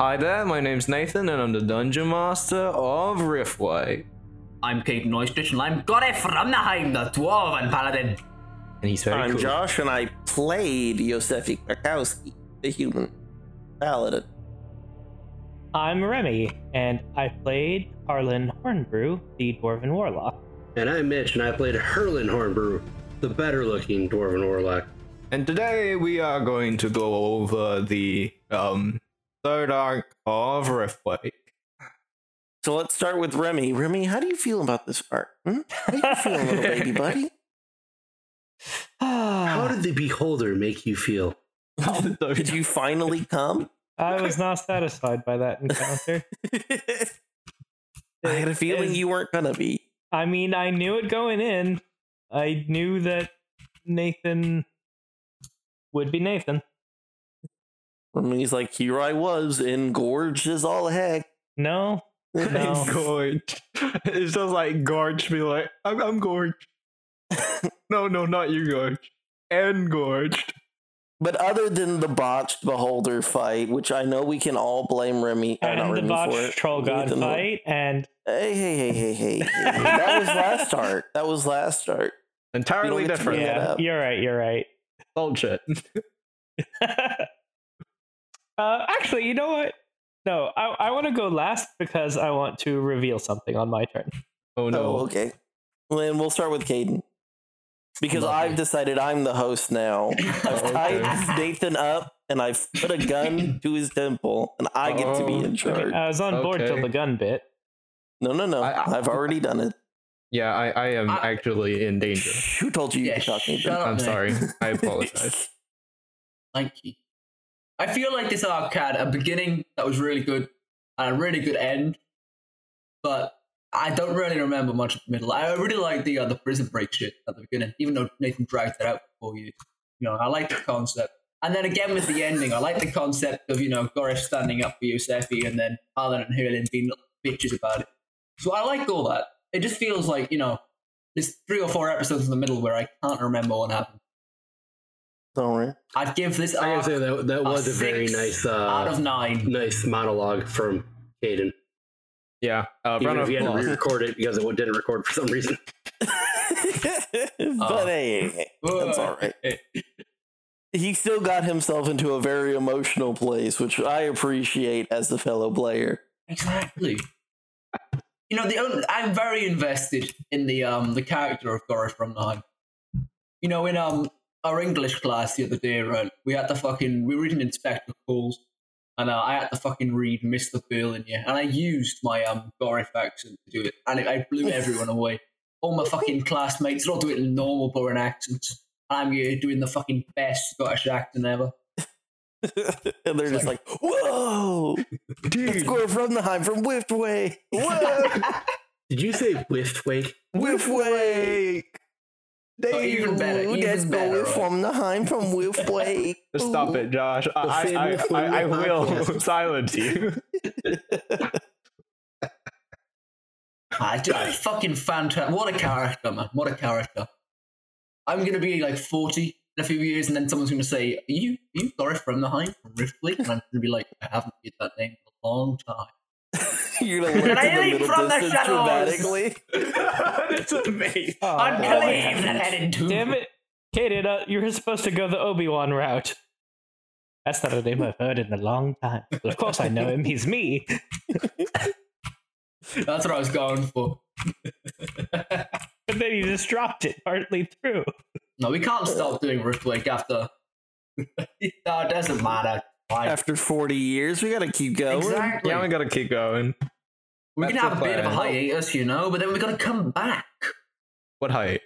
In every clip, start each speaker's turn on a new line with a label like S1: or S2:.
S1: Hi there, my name's Nathan, and I'm the Dungeon Master of Riftway.
S2: I'm Kate Neustich, and I'm Gore Framnaheim, the Dwarven Paladin.
S1: And he's very
S3: I'm
S1: cool.
S3: Josh, and I played Yosefi Krakowski, the human paladin.
S4: I'm Remy, and I played Harlan Hornbrew, the Dwarven Warlock.
S5: And I'm Mitch, and I played Herlin Hornbrew, the better looking Dwarven Warlock.
S1: And today we are going to go over the um, third arc of Riftway.
S3: So let's start with Remy. Remy, how do you feel about this art? Hmm? How do you feel, little baby buddy?
S5: How
S4: I
S5: did the Beholder make you feel?
S3: Did you finally come?
S4: was not satisfied by that encounter.
S3: I had a feeling
S4: Is-
S3: you weren't gonna be.
S4: I mean, I knew it going in. I knew that Nathan would be Nathan.
S3: Remy's like, here I was, engorged as all heck.
S4: No, No.
S1: Gorge. It's just like Gorge be like, I'm, I'm gorged. no, no, not you, Gorge. And gorged.
S3: But other than the botched beholder fight, which I know we can all blame Remy, or not
S4: and the
S3: Remy for
S4: botched
S3: it,
S4: troll god
S3: Nathan-
S4: fight, and
S3: Hey, hey, hey, hey, hey! hey. that was last art. That was last art.
S1: Entirely
S3: You don't get to
S1: different.
S3: bring that
S4: yeah,
S3: up.
S4: you're right, you're right.
S1: Bullshit.
S4: uh, actually, you know what? No, I, I want to go last because I want to reveal something on my turn.
S1: Oh no.
S3: Oh, okay. Well, then we'll start with Caden. Because
S2: Lovely.
S3: I've decided I'm the host now. I've
S1: Okay.
S3: tied Nathan up and I've put a gun to his temple and I get to be
S1: Oh.
S3: in charge.
S4: I was on board till
S1: Okay.
S4: the gun bit.
S3: No, no, no.
S1: I- I-
S3: I've already done it.
S1: Yeah, I, I am
S2: I-
S1: actually in danger.
S3: Who told you you
S2: Yeah,
S3: could talk,
S2: shut
S3: Nathan?
S2: up.
S1: I'm
S2: man.
S1: sorry. I apologize.
S2: Thank you. I feel like this arc had a beginning that was really good and a really good end, but I don't really remember much of the middle. I really like the uh, the prison break shit at the beginning, even though Nathan dragged that out for you. You know, I like the concept. And then again with the ending, I like the concept of, you know, Goresh standing up for Yosefi and then Harlan and Hurlin being little bitches about it. So I like all that. It just feels like, you know, there's three or four episodes in the middle where I can't remember what happened.
S3: Don't worry.
S2: I'd give this
S5: I gotta
S2: arc
S5: say that that
S2: a
S5: was a very
S2: six
S5: nice,
S2: out
S5: uh,
S2: of nine.
S5: nice monologue from Caden.
S1: Yeah. Uh,
S5: Even
S1: round
S5: if
S1: of
S5: you had to
S1: applause.
S5: re-record it because it didn't record for some reason.
S1: Uh,
S3: but hey, hey, hey, that's all right.
S1: eh,
S3: He still got himself into a very emotional place, which I appreciate as a fellow player.
S2: Exactly. You know, the only, I'm very invested in the um the character of Goris from Nine. You know, in um our English class the other day, right, we had to fucking we were reading Inspector Calls, and uh, I had to fucking read Mister Berlinier, and I used my um Gorif accent to do it, and it, I blew everyone away. All my fucking classmates, they're all doing it in normal boring accents, and I'm here doing the fucking best Scottish accent ever.
S3: and they're just like, whoa! It's
S1: Dude,
S3: Gore Fromdenheim from Whiftway! Whoa!
S5: Did you say whiffed wake?
S3: Whiffwake!
S2: Oh, even better, even
S3: That's
S2: better.
S3: Gore Fromdenheim from Whiffwake!
S1: stop it, Josh. I, I, I,
S5: famous
S1: I, I will
S5: podcast.
S1: silence you.
S2: I just fucking fantastic. What a character, man. What a character. I'm going to be like 40 in a few years, and then someone's going to say, Are you, are you Doris from the Hind from Ripley? And I'm going to be like, I haven't heard that name in a long time.
S3: You're gonna look
S2: I
S3: in the
S2: leap
S3: middle
S2: from the
S3: distance
S2: shadows?
S3: dramatically.
S1: That's amazing.
S4: Oh,
S2: Unclean and headed to.
S4: Damn it. Kaden, uh, you were supposed to go the Obi Wan route. That's not a name I've heard in a long time. But of course I know him. He's me.
S2: That's what I was going for.
S4: But then you just dropped it partly through.
S2: No, we can't stop doing Riftwake after. no, it doesn't matter. Fine.
S3: After 40 years, we gotta keep going.
S2: Exactly.
S1: Yeah, we gotta keep going.
S2: we can
S1: that's
S2: have a
S1: the
S2: bit of a
S1: plan.
S2: hiatus, you know, but then we've got to come back.
S1: What height?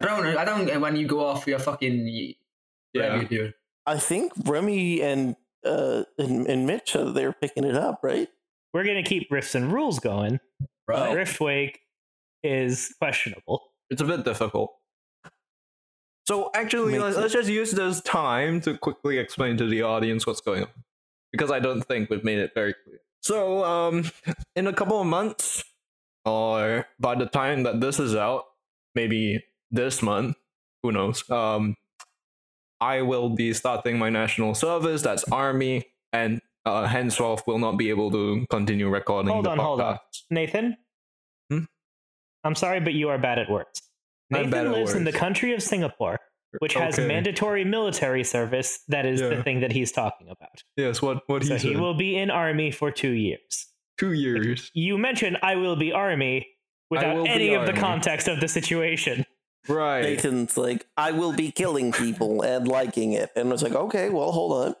S2: I don't know. I don't get when you go off your fucking. Whatever
S1: Yeah.
S2: you're doing.
S3: I think Remy and uh and, and Mitch uh, they're picking it up, right?
S4: We're going to keep Rifts and Rules going. Oh,
S2: Right.
S4: Riftwake is questionable.
S1: It's a bit difficult. So actually,
S3: Makes
S1: let's, let's just use this time to quickly explain to the audience what's going on, because I don't think we've made it very clear. So, um, in a couple of months, or by the time that this is out, maybe this month, who knows? Um, I will be starting my national service. That's army, and uh, henceforth will not be able to continue recording
S4: Hold
S1: the
S4: on,
S1: podcast.
S4: hold on. Nathan?
S1: Hmm?
S4: I'm sorry, but you are bad at words.
S1: I'm bad
S4: Nathan
S1: at
S4: lives in the
S1: words.
S4: country of Singapore, which has
S1: Okay.
S4: mandatory military service. That is
S1: Yeah.
S4: the thing that he's talking about.
S1: Yes, what what
S4: so
S1: he
S4: he
S1: said.
S4: will be in army for two years.
S1: Two years.
S4: You mentioned I will be army
S1: will
S4: without
S1: be
S4: any of the
S1: army.
S4: context of the situation.
S1: Right.
S3: Nathan's like, I will be killing people and liking it. And I was like, okay, well, hold on.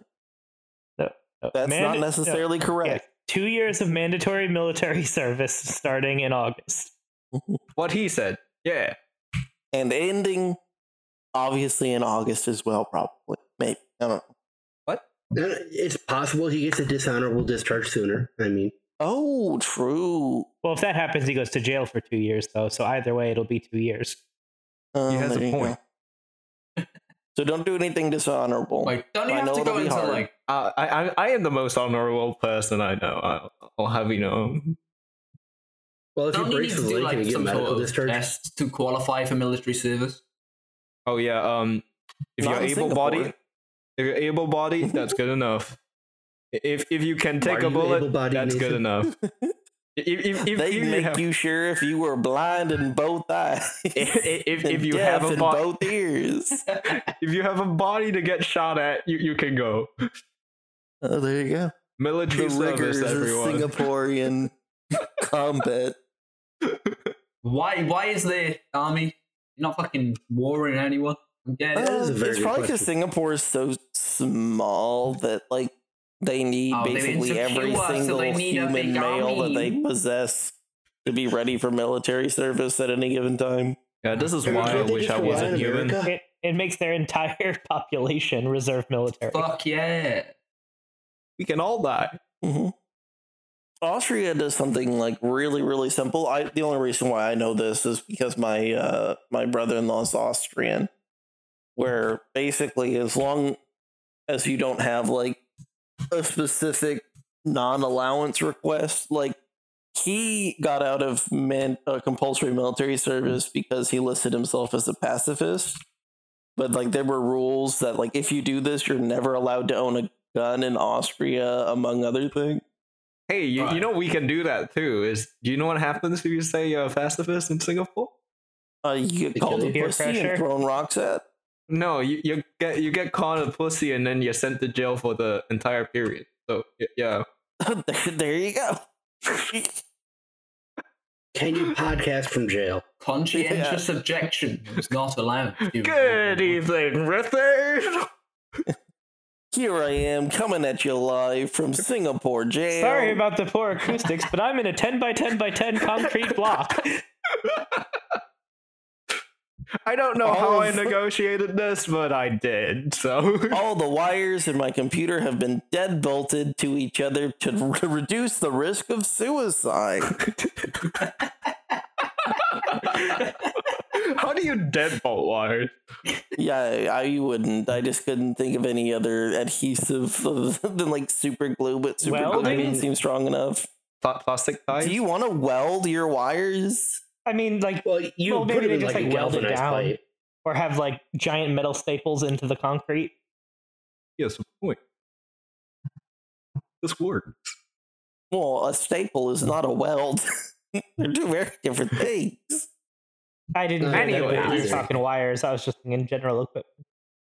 S4: Uh,
S3: That's
S4: man-
S3: not
S4: no,
S3: necessarily
S4: yeah,
S3: correct.
S4: two years of mandatory military service starting in August.
S1: What he said. Yeah.
S3: And ending, obviously, in August as well, probably. Maybe. I don't know.
S5: And it's possible he gets a dishonorable discharge sooner. I mean,
S3: Oh, true.
S4: Well, if that happens, he goes to jail for two years, though. So either way, it'll be two years.
S3: Um,
S1: has a
S3: there you go.
S1: point.
S3: so don't do anything dishonorable.
S2: Like, don't you
S3: I
S2: have
S3: know
S2: to
S3: it'll
S2: go
S3: be
S2: into
S3: hard.
S2: like
S1: Uh, I, I I am the most honorable person I know. I'll, I'll have you know.
S5: well, if
S2: don't
S5: he
S2: you need
S5: breaks
S2: to
S5: the
S2: do
S5: link,
S2: like
S5: can he get
S2: some
S5: medical
S2: sort of
S5: discharge?
S2: test to qualify for military service?
S1: Oh yeah. Um, if
S3: Not
S1: you're
S3: in
S1: able bodied,
S3: Singapore.
S1: if you're able bodied, that's good enough. If if you can take
S5: Are
S1: a
S5: you
S1: bullet,
S5: able-bodied,
S1: that's good enough.
S5: Nathan?
S1: If if, if,
S3: they
S1: if you
S3: make
S1: have,
S3: you sure if you were blind in both eyes.
S1: if, if,
S3: and
S1: if you
S3: deaf
S1: have a
S3: in
S1: bo-
S3: both ears.
S1: if you have a body to get shot at, you, you can go
S3: Oh, there you go.
S1: military
S3: The rigors
S1: service.
S3: of
S1: Everyone.
S3: Singaporean combat.
S2: Why? Why is the army not fucking warring anyone? Again,
S5: That is a
S3: Um,
S5: very
S3: it's
S5: good
S3: probably because
S5: question.
S3: Singapore is so small that like they need
S2: Oh, they need
S3: basically
S2: to
S3: every
S2: queue up, so
S3: single
S2: they need a
S3: human
S2: big
S3: male that they
S2: army.
S3: possess to be ready for military service at any given time.
S1: Yeah, this is
S5: Dude,
S1: why I
S5: can't they
S1: wish
S5: just
S1: I
S5: rely
S1: wasn't
S5: on
S1: human.
S5: America?
S4: It, it makes their entire population reserve military.
S2: fuck yeah.
S1: We can all die.
S3: hmm Austria does something like really, really simple. I the only reason why I know this is because my uh, my brother in law is Austrian, where basically as long as you don't have like a specific non allowance request, like he got out of man, uh, compulsory military service because he listed himself as a pacifist. But like there were rules that like if you do this, you're never allowed to own a gun in Austria, among other things.
S1: Hey, you, you
S2: Right.
S1: know we can do that too. Is do you know what happens if you say uh, you're a pacifist in Singapore?
S3: Uh, you get
S5: Because
S3: called a
S5: of
S3: pussy
S4: peer
S3: and
S4: pressure?
S3: thrown rocks at.
S1: No, you, you get you get caught a pussy and then you're sent to jail for the entire period. So y- yeah,
S3: there, there you go.
S5: Can you podcast from jail?
S2: Conscientious objection was not allowed.
S1: evening, Richard.
S3: Here I am coming at you live from Singapore jail.
S4: Sorry about the poor acoustics, but I'm in a 10 by 10 by 10 concrete block.
S1: I don't know
S3: All
S1: how I
S3: of-
S1: negotiated this, but I did. So
S3: all the wires in my computer have been deadbolted to each other to re- reduce the risk of suicide.
S1: how do you deadbolt wires?
S3: yeah, I, I wouldn't. I just couldn't think of any other adhesive other than like super glue, but super glue
S4: Welding?
S3: didn't seem strong enough.
S1: Pla- plastic ties.
S3: Do you want to weld your wires?
S4: I mean, like,
S5: Well, you
S4: Well,
S5: put
S4: maybe
S5: it
S4: they
S5: in
S4: just,
S5: like, a
S4: like, weld it
S5: galvanized
S4: down.
S5: plate.
S4: or have like giant metal staples into the concrete.
S1: yes, a point. This works.
S3: Well, a staple is not a weld. They're two very different things.
S4: I didn't
S5: Uh,
S4: know anyway,
S5: anyway.
S4: I was talking wires. I was just thinking general equipment.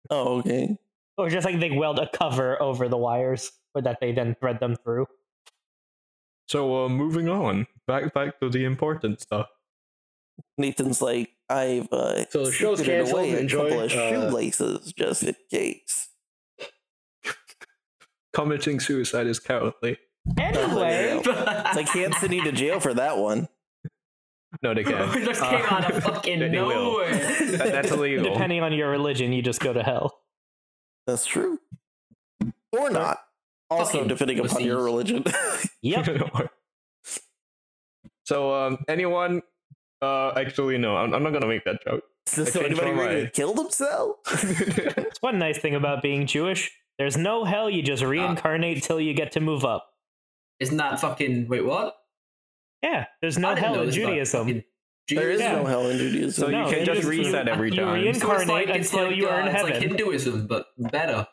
S3: Oh, okay.
S4: Or just like they weld a cover over the wires or that they then thread them through.
S1: So uh, moving on, back back to the important stuff.
S3: Nathan's like, I've uh,
S5: So the show's
S3: secreted
S5: canceled.
S3: away a
S5: Enjoy,
S3: couple of
S5: uh,
S3: shoelaces just in case.
S1: Committing suicide is cowardly.
S4: Anyway,
S3: It's like can't send you to jail for that one.
S1: No, they can't.
S2: just
S1: Uh,
S2: came out of fucking
S1: they will.
S2: nowhere.
S1: That- that's illegal.
S4: depending on your religion, you just go to hell.
S3: That's true. Or not. Also
S2: Fucking
S3: depending upon
S2: pussies.
S3: your religion.
S4: Yep.
S1: so, um, anyone? Uh, actually, no. I'm, I'm not gonna make that joke.
S3: so,
S1: I
S3: so
S1: changed
S3: anybody
S1: my
S3: ready to
S1: mind.
S3: kill themselves?
S4: It's one nice thing about being Jewish. There's no hell, you
S2: Ah.
S4: just reincarnate till you get to move up.
S2: Isn't that fucking wait what?
S4: Yeah, there's
S2: I
S4: no
S2: didn't
S4: hell
S2: know
S4: in
S2: this about fucking
S4: Judaism.
S3: There is
S2: Judaism.
S3: no hell in Judaism.
S1: so
S4: No,
S1: you can
S4: it
S1: just
S4: is-
S1: reset every
S4: you
S1: time.
S4: reincarnate
S2: So it's like,
S4: until
S2: it's like,
S4: you
S2: uh,
S4: are in
S2: it's like
S4: heaven.
S2: Hinduism, but better.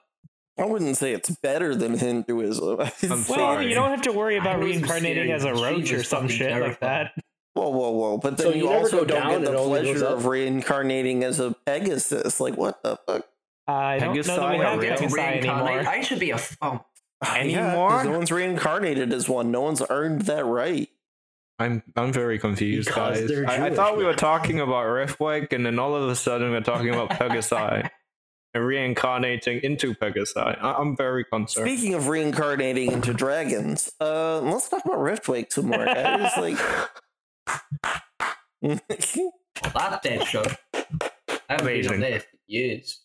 S3: I wouldn't say it's better than Hinduism.
S1: I'm
S4: Well,
S1: sorry.
S4: you don't have to worry about
S2: I was
S4: reincarnating as a
S2: serious.
S4: roach
S2: She
S4: or
S2: was
S4: some
S2: fucking
S4: shit like
S2: terrifying.
S4: that.
S3: Whoa, whoa, whoa! But then
S5: So
S3: you,
S5: you never
S3: also
S5: go
S3: don't
S5: down,
S3: get
S5: it
S3: the
S5: only goes
S3: pleasure
S5: up?
S3: of reincarnating as a Pegasus. Like what the fuck?
S4: I don't know that
S1: Pegasi or
S4: we have
S2: Yeah,
S1: Pegasi
S4: Pegasi
S2: reincarnate.
S4: anymore.
S2: I should be a f- oh,
S3: Yeah, 'cause no one's reincarnated as one. No one's earned that right.
S1: I'm I'm very confused,
S5: Because
S1: guys.
S5: they're
S1: I, I
S5: Jewish,
S1: thought we were
S5: man.
S1: talking about Riftwake, and then all of a sudden we're talking about Pegasi and reincarnating into Pegasi. I, I'm very concerned.
S3: Speaking of reincarnating into dragons, uh, let's talk about Riftwake some more, guys. like,
S2: that dead show. I haven't been
S1: Amazing.
S2: on there for years.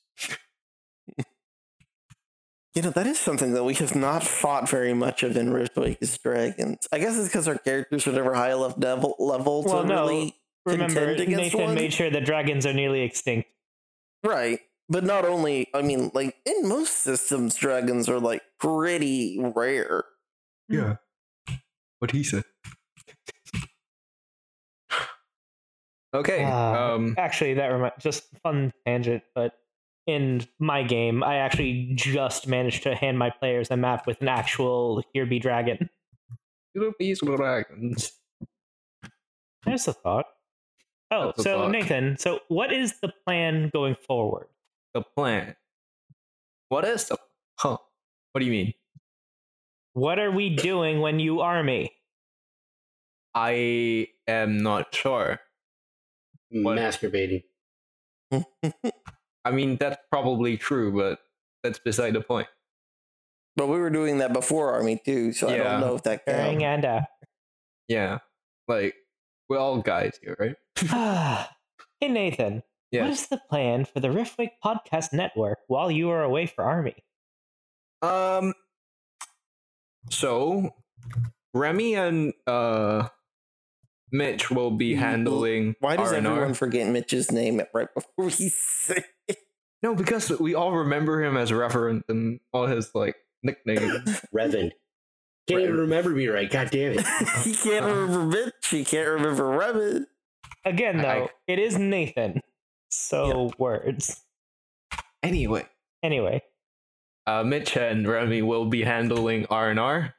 S3: You know, that is something that we have not fought very much of in Riftwake is dragons. I guess it's because our characters are never high enough level, level
S4: Well,
S3: to
S4: no.
S3: really
S4: Remember,
S3: contend against
S4: Nathan
S3: one.
S4: made sure that dragons are nearly extinct.
S3: Right. But not only, I mean, like in most systems, dragons are like pretty rare.
S1: yeah, what he said. okay.
S4: Uh,
S1: um.
S4: Actually, that reminds just fun tangent, but in my game, I actually just managed to hand my players a map with an actual here be dragon.
S1: Little bees with dragons.
S4: There's a thought. Oh,
S1: That's a
S4: so
S1: thought.
S4: Nathan, so what is the plan going forward?
S1: The plan. What is the? Huh? What do you mean?
S4: What are we doing when you army?
S1: I am not sure. What?
S5: masturbating.
S1: I mean, that's probably true, but that's beside the point.
S3: But we were doing that before Army too, so I
S1: Yeah.
S3: don't know if that
S4: During
S1: Um,
S3: counts.
S4: and after.
S1: Yeah. Like, we're all guys here, right?
S4: uh, hey Nathan,
S1: Yeah.
S4: what is the plan for the Riftwake Podcast Network while you are away for army?
S1: Um. So, Remy and uh, Mitch will be
S3: Mhm.
S1: handling.
S3: Why does
S1: R&R.
S3: everyone forget Mitch's name right before he said it?
S1: No, because we all remember him as Reverend and all his like nicknames.
S5: Revan. Can't even remember me right. God damn it.
S3: he can't remember Mitch. He can't remember Revit.
S4: Again,
S1: I-
S4: though,
S1: I-
S4: it is Nathan. So words.
S1: anyway,
S4: Anyway,
S1: uh, Mitch and Remy will be handling R and R.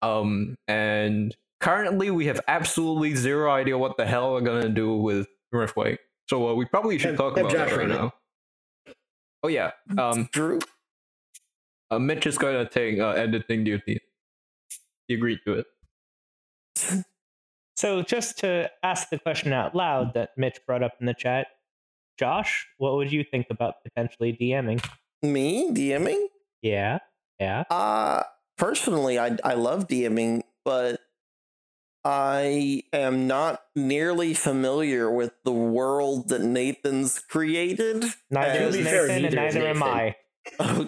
S1: Um, and currently we have absolutely zero idea what the hell we're gonna do with Riftwake. So uh, we probably should
S5: Have-
S1: talk
S5: have
S1: about
S5: Josh
S1: that right
S5: run it.
S1: now. Oh yeah. Um,
S3: Drew.
S1: uh, Mitch is gonna take uh, editing duty. He agreed to it.
S4: so just to ask the question out loud that Mitch brought up in the chat, Josh, what would you think about potentially DMing?
S3: Me DMing?
S4: Yeah, yeah.
S3: Uh personally, I I love DMing, but I am not nearly familiar with the world that Nathan's created.
S4: Neither
S3: To
S4: is
S3: be
S4: Nathan,
S3: fair,
S4: and
S5: neither is
S4: neither am
S5: Nathan.
S4: I.
S3: I,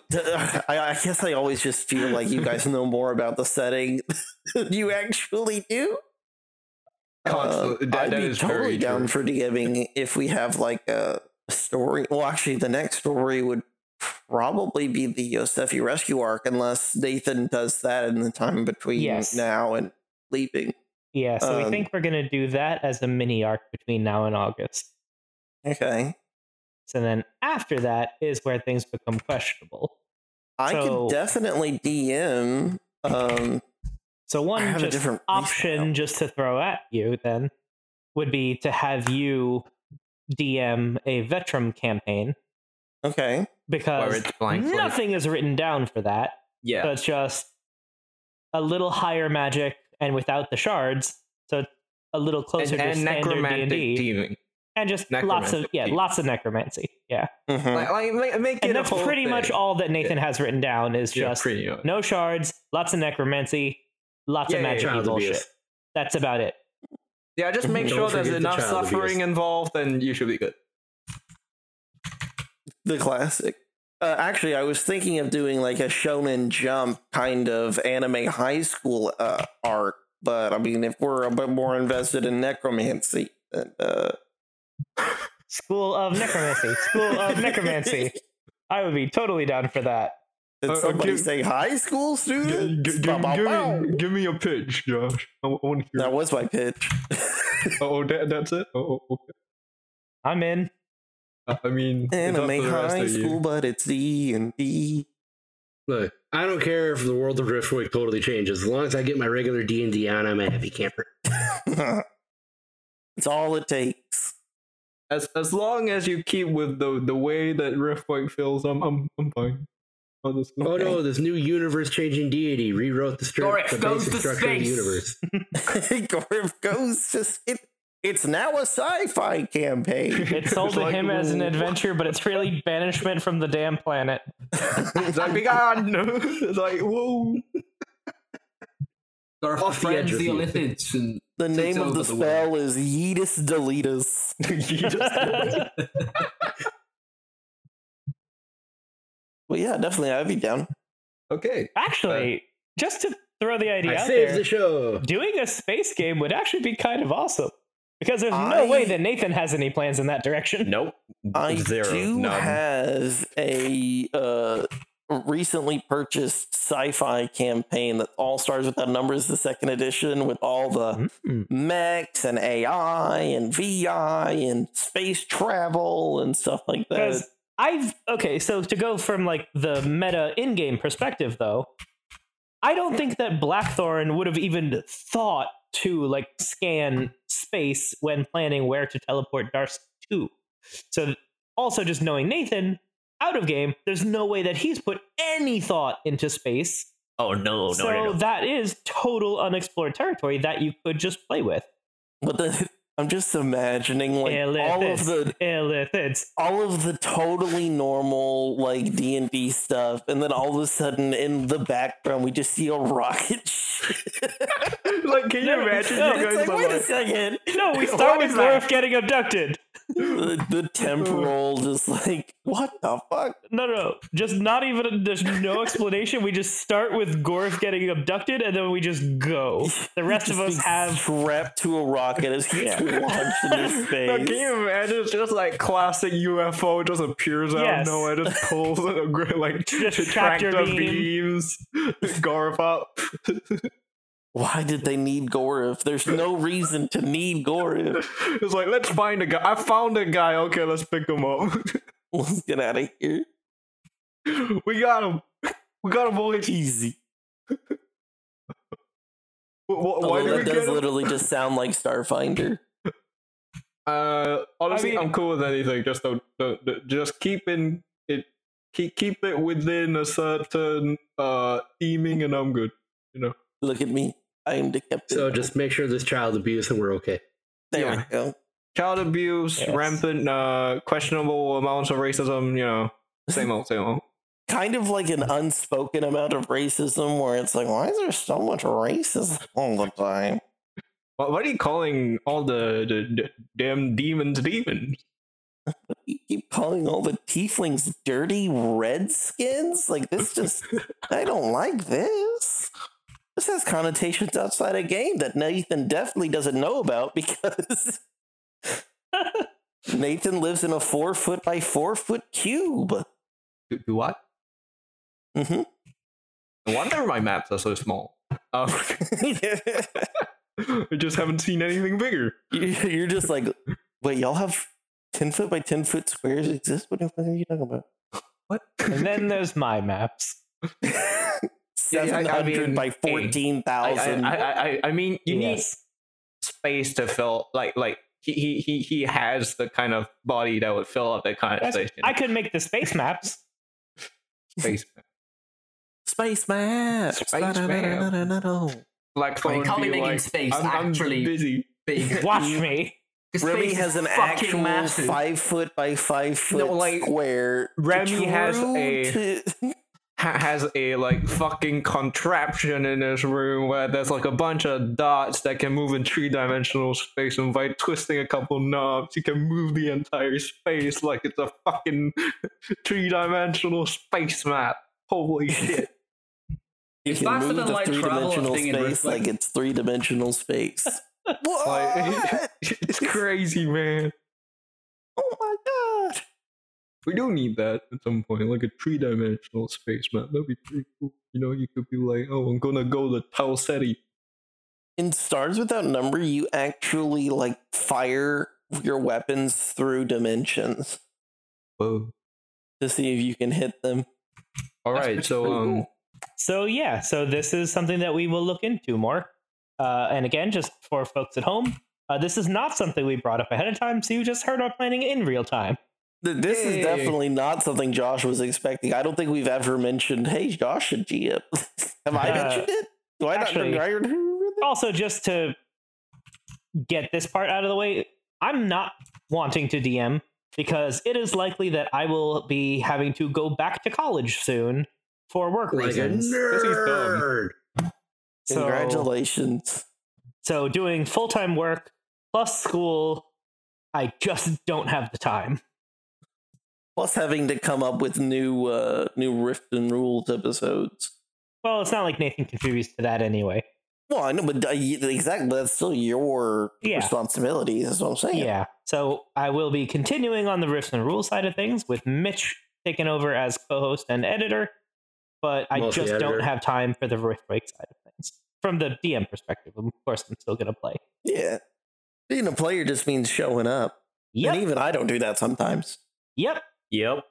S3: I guess I always just feel like you guys know more about the setting than you actually do. Uh,
S1: Constantly- that-
S3: I'd
S1: that
S3: be
S1: is
S3: totally
S1: very
S3: down
S1: true.
S3: for DMing if we have like a story. Well, actually, the next story would probably be the Yosefi rescue arc, unless Nathan does that in the time between
S4: Yes.
S3: now and leaving.
S4: Yeah, so we
S3: Um,
S4: think we're gonna do that as a mini arc between now and August.
S3: Okay,
S4: So then after that is where things become questionable.
S3: I
S4: So-
S3: could definitely DM. Um,
S4: So
S3: I
S4: one
S3: have a
S4: just
S3: different
S4: option
S3: playstyle.
S4: just to throw at you then would be to have you DM a Vetrum campaign
S3: Okay,
S1: Where
S4: because
S1: it's blank. like-
S4: nothing is written down for that.
S1: Yeah.
S4: So it's just a little higher magic and without the shards, so it's a little closer
S1: and,
S4: to
S1: and
S4: standard D
S1: necromantic
S4: and D,
S1: teaming.
S4: and just lots of
S1: necromantic
S4: yeah,
S1: team.
S4: lots of necromancy. Yeah,
S3: Mhm.
S1: Like, like make, make it
S4: and
S1: a
S4: that's
S1: whole
S4: pretty much
S1: thing.
S4: all that Nathan has written down is
S1: Yeah,
S4: just
S1: pretty much.
S4: no shards, lots of necromancy, lots
S1: Yeah,
S4: of
S1: yeah,
S4: magic
S5: Child
S4: bullshit.
S5: abuse.
S4: That's about it.
S1: Yeah, just make
S5: Don't
S1: sure there's
S5: forget the
S1: enough
S5: child abuse.
S1: suffering involved, and you should be good.
S3: the classic. Uh, actually, I was thinking of doing like a Shonen Jump kind of anime high school uh, arc, but I mean, if we're a bit more invested in necromancy, then, uh,
S4: School of Necromancy. School of Necromancy. I would be totally down for that.
S3: did
S1: Uh, uh,
S3: somebody
S1: give-
S3: say high school students? Bow, bow, bow.
S1: me a pitch, Josh. I, want to
S3: That was my pitch.
S1: Oh, that, that's it. Oh, okay.
S4: I'm in.
S1: I mean,
S3: anime high school, but it's D and D.
S5: Look, I don't care if the world of Driftwick totally changes. As long as I get my regular D and D on, I'm a happy camper.
S3: it's all it takes.
S1: As as long as you keep with the the way that Riftwake feels, I'm I'm I'm fine. Honestly.
S5: Oh no, this new universe-changing deity rewrote the, stru-
S2: Gorek
S5: the
S2: goes
S5: basic
S2: to
S5: structure of the
S2: space.
S5: universe.
S3: Gorb goes just it, it's now a sci-fi campaign.
S4: It's sold
S1: It's
S4: to
S1: like,
S4: him as an
S1: ooh.
S4: adventure, but it's really banishment from the damn planet.
S1: It's like begun. it's like whoa.
S2: Or
S5: Off the
S2: friends
S5: edge of
S2: the
S5: you.
S2: Olithids and
S3: The name of
S2: over
S3: the
S2: the world.
S3: spell is Yeetus Deletus. Well, yeah, definitely, I'd be down.
S1: okay.
S4: Actually, just to throw the idea
S5: I
S4: out
S5: saved
S4: there,
S5: the show.
S4: doing a space game would actually be kind of awesome. Because there's
S3: I-
S4: no way that Nathan has any plans in that direction.
S1: Nope.
S3: I
S1: Zero.
S3: do
S1: None.
S3: have a uh, recently purchased sci-fi campaign that all starts without numbers, the second edition, with all the
S4: Mm.
S1: Mm-hmm.
S3: mechs and AI and VI and space travel and stuff like that.
S4: Because I've okay, so to go from like the meta in-game perspective though, I don't think that Blackthorn would have even thought to like scan space when planning where to teleport Darst to. So also just knowing Nathan out of game, there's no way that he's put any thought into space.
S1: Oh no,
S4: so that is total unexplored territory that you could just play with.
S3: But then I'm just imagining like
S4: Yeah, let
S3: all
S4: this-
S3: of the
S4: Illithids.
S3: all of the totally normal like D and D stuff, and then all of a sudden in the background we just see a rocket. ship.
S1: like, can you
S4: No,
S1: imagine
S4: no,
S1: you
S3: it's
S1: guys
S3: like,
S1: are
S3: wait a
S1: like-
S3: second.
S4: No, we
S1: What
S4: start with
S1: is that?
S4: Glorf getting abducted.
S3: the, the temporal just like what the fuck
S4: No, no, no. Just not even. There's no explanation. We just start with Gorf getting abducted, and then we just go. The rest of us
S3: Just
S4: have.
S3: strapped to a rocket as he's launched into
S1: No,
S3: space
S1: can you imagine? It's just like classic UFO just appears out
S4: Yes.
S1: of nowhere, just pulls a gr- like
S4: Just
S1: tractor,
S4: tractor beam.
S1: beams, Garf up.
S3: why did they need gorif there's no reason to need gorif
S1: It's like let's find a guy. I found a guy. Okay, let's pick him up.
S3: let's get out of here
S1: we got him. We got him. Only
S3: easy
S1: Wh- wh- Why
S3: Although
S1: did we
S3: that does
S1: get him?
S3: literally just sound like starfinder
S1: Uh, honestly,
S4: I mean-
S1: I'm cool with anything. Just don't, don't, don't- just keep in it. Keep keep it within a certain uh theming, and I'm good.
S3: look at me i am the captain
S5: So just make sure there's child abuse and we're okay.
S3: there
S1: yeah.
S3: we go
S1: Child abuse,
S4: Yes.
S1: rampant, uh, questionable amounts of racism. You know, same old, same old.
S3: kind of like an unspoken amount of racism where it's like why is there so much racism all the time
S1: What, what are you calling all the, the, the damn demons demons?
S3: you keep calling all the tieflings dirty redskins? Like this just I don't like this. This has connotations outside a game that Nathan definitely doesn't know about because Nathan lives in a four foot by four foot cube.
S1: Do, do what?
S3: hmm
S1: No wonder my maps are so small. Um, I just haven't seen anything bigger.
S3: You're just like, wait, y'all have ten foot by ten foot squares exist? What the fuck are you talking about?
S1: What?
S4: And then there's my maps.
S1: Yeah, I-
S3: Seven
S1: I
S3: hundred
S1: mean,
S3: by
S1: hey,
S3: fourteen
S1: I,
S3: thousand.
S1: I, I, I, I mean, you need
S4: yes.
S1: space to fill like like he he he he has the kind of body that would fill up that kind of
S4: That's-
S1: station.
S4: I could make the space maps.
S1: space
S3: Space maps.
S1: Space maps.
S3: Da-da-da-da-da-da-da.
S1: like
S2: I mean,
S1: phone
S2: can't we
S1: be
S2: make in
S1: like,
S2: space
S1: I'm, I'm
S2: actually
S1: busy.
S2: big?
S4: Watch me.
S2: 'Cause
S3: Remy
S2: space
S3: has
S2: is
S3: an
S2: fucking
S3: actual
S2: massive.
S3: five foot by five foot
S1: No, like,
S3: square.
S1: Remy has
S3: True
S1: a-
S3: to-
S1: Ha- has a like fucking contraption in his room where there's like a bunch of dots that can move in three dimensional space and by twisting a couple knobs he can move the entire space like it's a fucking three dimensional space map. Holy shit.
S3: you
S2: It's
S3: can
S2: faster
S3: move
S2: than
S3: the
S2: light
S3: three
S2: travel
S3: dimensional
S2: thing in
S3: space
S2: Rift, like-
S3: like it's three dimensional space. what?
S1: Like, it's crazy, man.
S3: oh my god!
S1: We do need that at some point, like a three-dimensional space map. That'd be pretty cool. You know, you could be like, "Oh, I'm gonna go to Tau Ceti."
S3: In Stars Without Number, you actually like fire your weapons through dimensions
S1: Whoa!
S3: to see if you can hit them.
S1: All
S2: That's
S1: right,
S2: pretty
S1: so
S2: cool.
S1: um,
S4: So yeah, so this is something that we will look into more. Uh, and again, just for folks at home, uh, this is not something we brought up ahead of time, so you just heard our planning in real time.
S3: Th- This
S1: Hey.
S3: is definitely not something Josh was expecting. I don't think we've ever mentioned, hey, Josh should GM. Have I
S4: Uh,
S3: mentioned it? Do I
S4: actually-
S3: not? Do I remember that?
S4: Also, just to get this part out of the way, I'm not wanting to DM because it is likely that I will be having to go back to college soon for work
S5: Like a
S4: reasons.
S5: nerd.
S4: So-
S3: Congratulations.
S4: So doing full time work plus school, I just don't have the time.
S3: Plus having to come up with new uh new Rift and Rules episodes.
S4: Well, it's not like Nathan contributes to that anyway.
S3: Well, I know, but uh, y- exactly, but that's still your
S4: Yeah.
S3: responsibility. That's what I'm saying.
S4: Yeah. So I will be continuing on the riffs and rules side of things with Mitch taking over as co-host and editor, but I
S5: Mostly
S4: just
S5: editor.
S4: don't have time for the riff break side of things. From the DM perspective, of course, I'm still gonna play.
S3: yeah. Being a player just means showing up,
S4: Yep.
S3: and even I don't do that sometimes.
S4: yep.
S1: yep,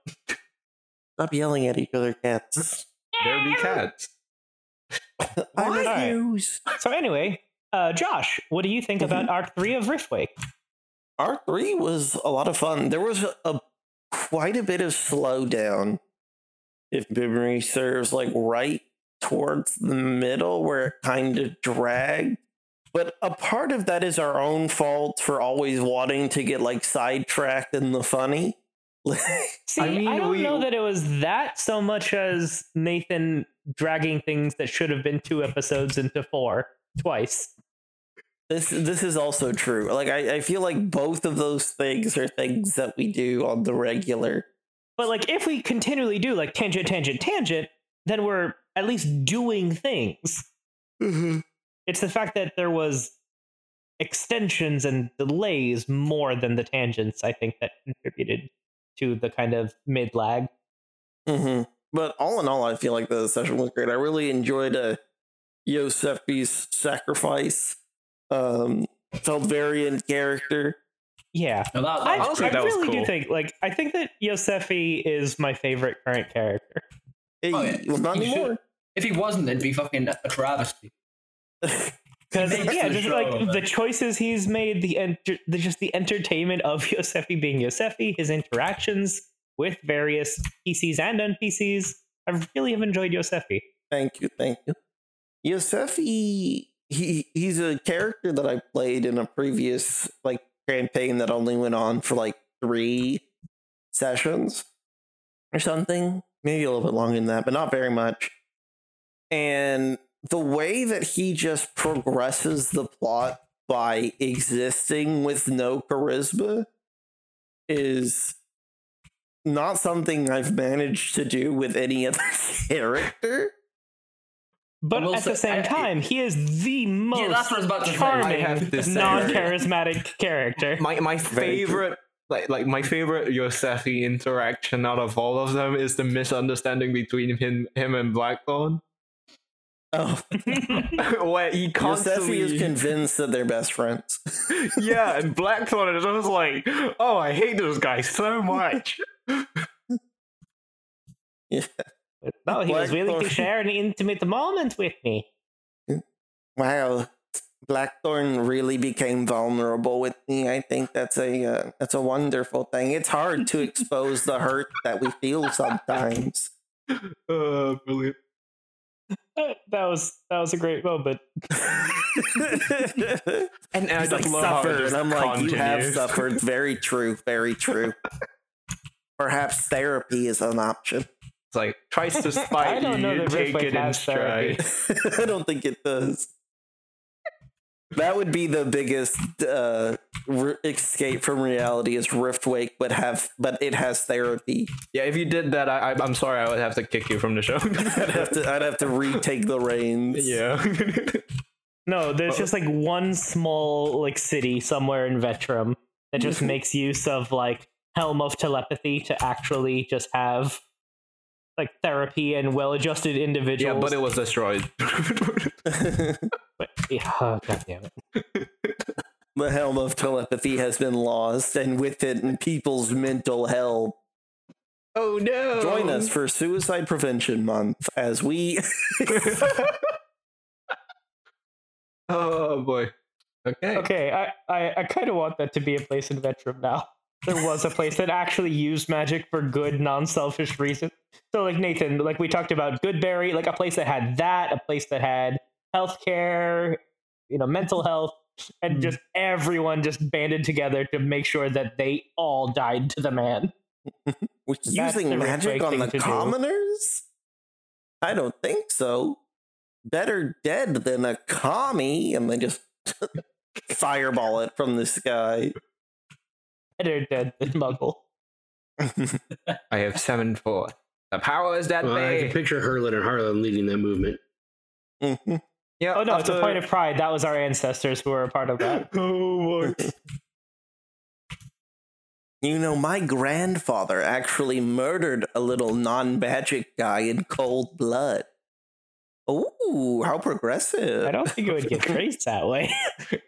S3: Stop yelling at each other, cats.
S1: there be cats.
S4: Why?
S3: I refuse.
S4: So anyway, uh, Josh, what do you think about Arc Three of Riftwake?
S3: R three was a lot of fun. There was a, a- quite a bit of slowdown, if memory serves, like right towards the middle where it kind of dragged. But a part of that is our own fault for always wanting to get like sidetracked in the funny.
S4: See,
S1: I
S4: I,
S1: mean,
S4: don't
S1: we-
S4: know that it was that so much as Nathan dragging things that should have been two episodes into four twice.
S3: This this is also true. Like I, I feel like both of those things are things that we do on the regular.
S4: But like if we continually do like tangent, tangent, tangent, then we're at least doing things. It's the fact that there was extensions and delays more than the tangents, I think, that contributed to the kind of mid lag.
S3: hmm But all in all, I feel like the session was great. I really enjoyed uh, Yosefi's sacrifice. Um, felt very in character.
S4: Yeah.
S2: Now that,
S4: I,
S2: that was
S1: honestly,
S4: I
S2: pretty-
S1: that was
S4: really do
S1: cool.
S4: think like I think that Yosefi is my favorite current character.
S3: Hey,
S2: Oh, yeah.
S3: well, not
S2: You should-
S3: anymore.
S2: if he wasn't, it'd be fucking a travesty.
S4: Because
S2: He makes
S4: yeah,
S2: the
S4: just
S2: show,
S4: like
S2: man.
S4: the choices he's made, the, enter- the just the entertainment of Yosefi being Yosefi, his interactions with various PCs and NPCs. I really have enjoyed Yosefi.
S3: Thank you, thank you. Yosefi, he he's a character that I played in a previous like campaign that only went on for like three sessions or something, maybe a little bit longer than that, but not very much. And the way that he just progresses the plot by existing with no charisma is not something I've managed to do with any other character.
S4: But
S2: will
S4: at the
S2: say-
S4: same
S2: I-
S4: time, he is the most
S2: Yeah, that's what I was about to say.
S1: I
S4: charming,
S1: have to say-
S4: non-charismatic character.
S1: My my
S3: Very true.
S1: favorite like like my favorite Yosefi interaction out of all of them is the misunderstanding between him him and Blackthorn,
S3: Oh,
S1: where he
S3: Yosefi
S1: constantly
S3: is convinced that they're best friends.
S1: yeah, and Blackthorn is always like, oh, I hate this guy so much.
S4: no, Oh, he was willing to
S3: Blackthorn.
S4: share an intimate moment with me.
S3: Wow, Blackthorn really became vulnerable with me. I think that's a uh, that's a wonderful thing. It's hard to expose the hurt that we feel sometimes.
S1: Uh, brilliant.
S4: Uh, That was that was a great moment.
S3: He's
S1: And, I
S3: like
S1: just love how it
S3: suffer,
S1: just
S3: and I'm like, you have
S1: continues.
S3: suffered. Very true, very true. Perhaps therapy is an option.
S1: It's like tries to
S4: I
S1: spite
S4: don't know
S1: you,
S4: that
S1: take
S4: Riffway
S1: it in
S4: has therapy.
S1: stride.
S3: I don't think it does. That would be the biggest uh, re- escape from reality is Riftwake, but have but it has therapy.
S1: Yeah, if you did that, I, I, I'm sorry, I would have to kick you from the show.
S3: I'd have to I'd have to retake the reins.
S1: yeah.
S4: No, there's just like one small like city somewhere in Vetrum that just makes use of like Helm of Telepathy to actually just have like therapy and well-adjusted
S1: yeah,
S4: individuals.
S1: but it was destroyed.
S3: the
S4: But- yeah, oh, God damn it.
S3: helm of telepathy has been lost, and with it, people's mental health.
S1: Oh no!
S3: Join us for Suicide Prevention Month as we
S1: oh boy. Okay.
S4: Okay, I, I, I kind of want that to be a place in Vetrum now. There was a place that actually used magic for good, non selfish reasons. So, like Nathan, like we talked about Goodberry, like a place that had that, a place that had healthcare, you know, mental health, and
S2: Hmm.
S4: just everyone just banded together to make sure that they all died to the man.
S3: We're
S4: That's
S3: using
S4: the
S3: magic
S4: right
S3: on
S4: thing
S3: the
S4: to do.
S3: commoners? I don't think so. Better dead than a commie, and they just fireball it from the sky.
S4: Better dead than Muggle.
S1: I have seven four. The power is that
S5: Well, I can
S1: big.
S5: picture Herlin and Harlan leading that movement.
S3: Mhm.
S1: Yeah.
S4: Oh no, it's a
S1: after-
S4: point of pride. That was our ancestors who were a part of that.
S1: Oh boy.
S3: you know, my grandfather actually murdered a little non-magic guy in cold blood. Ooh, how progressive!
S4: I don't think it would get traced that way.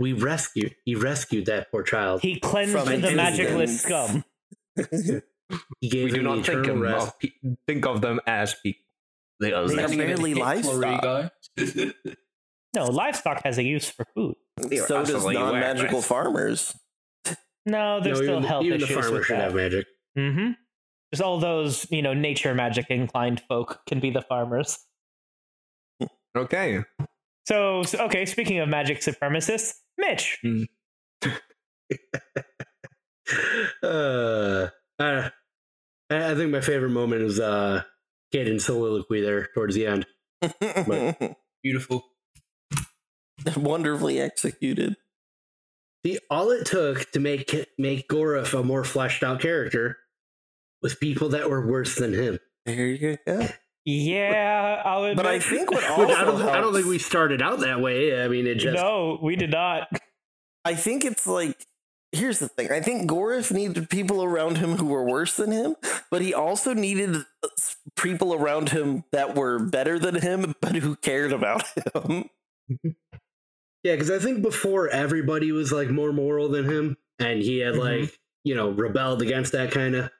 S5: We rescued. He rescued that poor child.
S4: He cleansed
S3: From
S4: the
S3: an
S4: magicless
S3: incident.
S4: scum.
S5: He gave
S1: We do
S5: him
S1: not think
S5: eternal
S1: of,
S5: rest.
S1: of pe- think of them as people. They are
S3: They
S1: less.
S3: are merely livestock.
S2: guy.
S4: No, livestock has a use for food.
S1: They are
S3: so does
S1: utterly
S3: non-magical
S1: worthless.
S3: farmers.
S4: No, there's still
S5: no, even, the-
S4: health
S5: even
S4: issues
S5: the farmer
S4: with
S5: should have
S4: that.
S5: magic.
S4: Mm-hmm. There's all those, you know, nature magic inclined folk can be the farmers.
S1: Okay.
S4: So, so okay, speaking of magic supremacists, Mitch,
S5: Mm. uh, I, I think my favorite moment is uh, Caden's soliloquy there towards the end.
S2: Beautiful.
S3: Wonderfully executed.
S5: The all it took to make make Gorif a more fleshed out character was people that were worse than him.
S3: There you go.
S4: yeah, I would.
S3: But I think what
S5: Which
S3: also
S5: I don't, I don't think
S3: helps-
S5: we started out that way. I mean, it just
S4: no, we did not.
S3: I think it's like here's the thing. I think Gorif needed people around him who were worse than him, but he also needed uh, s- people around him that were better than him, but who cared about him.
S5: yeah, because I think before everybody was like more moral than him, and he had
S3: Mm-hmm.
S4: Mhm.
S5: like you know rebelled against that kind of.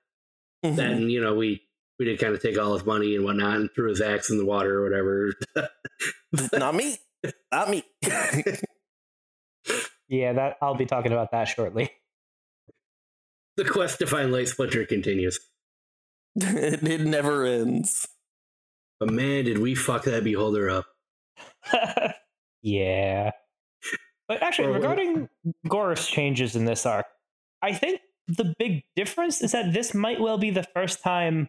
S3: Mhm.
S5: Then you know we we did kind of take all his money and whatnot and threw his axe in the water or whatever.
S3: Not me. Not me.
S4: Yeah, that I'll be talking about that shortly.
S5: the quest to find Light Splinter continues.
S3: it, it never ends.
S5: But man, did we fuck that beholder up.
S4: yeah. But actually,
S5: Well, we-
S4: regarding Gorif's changes in this arc, I think the big difference is that this might well be the first time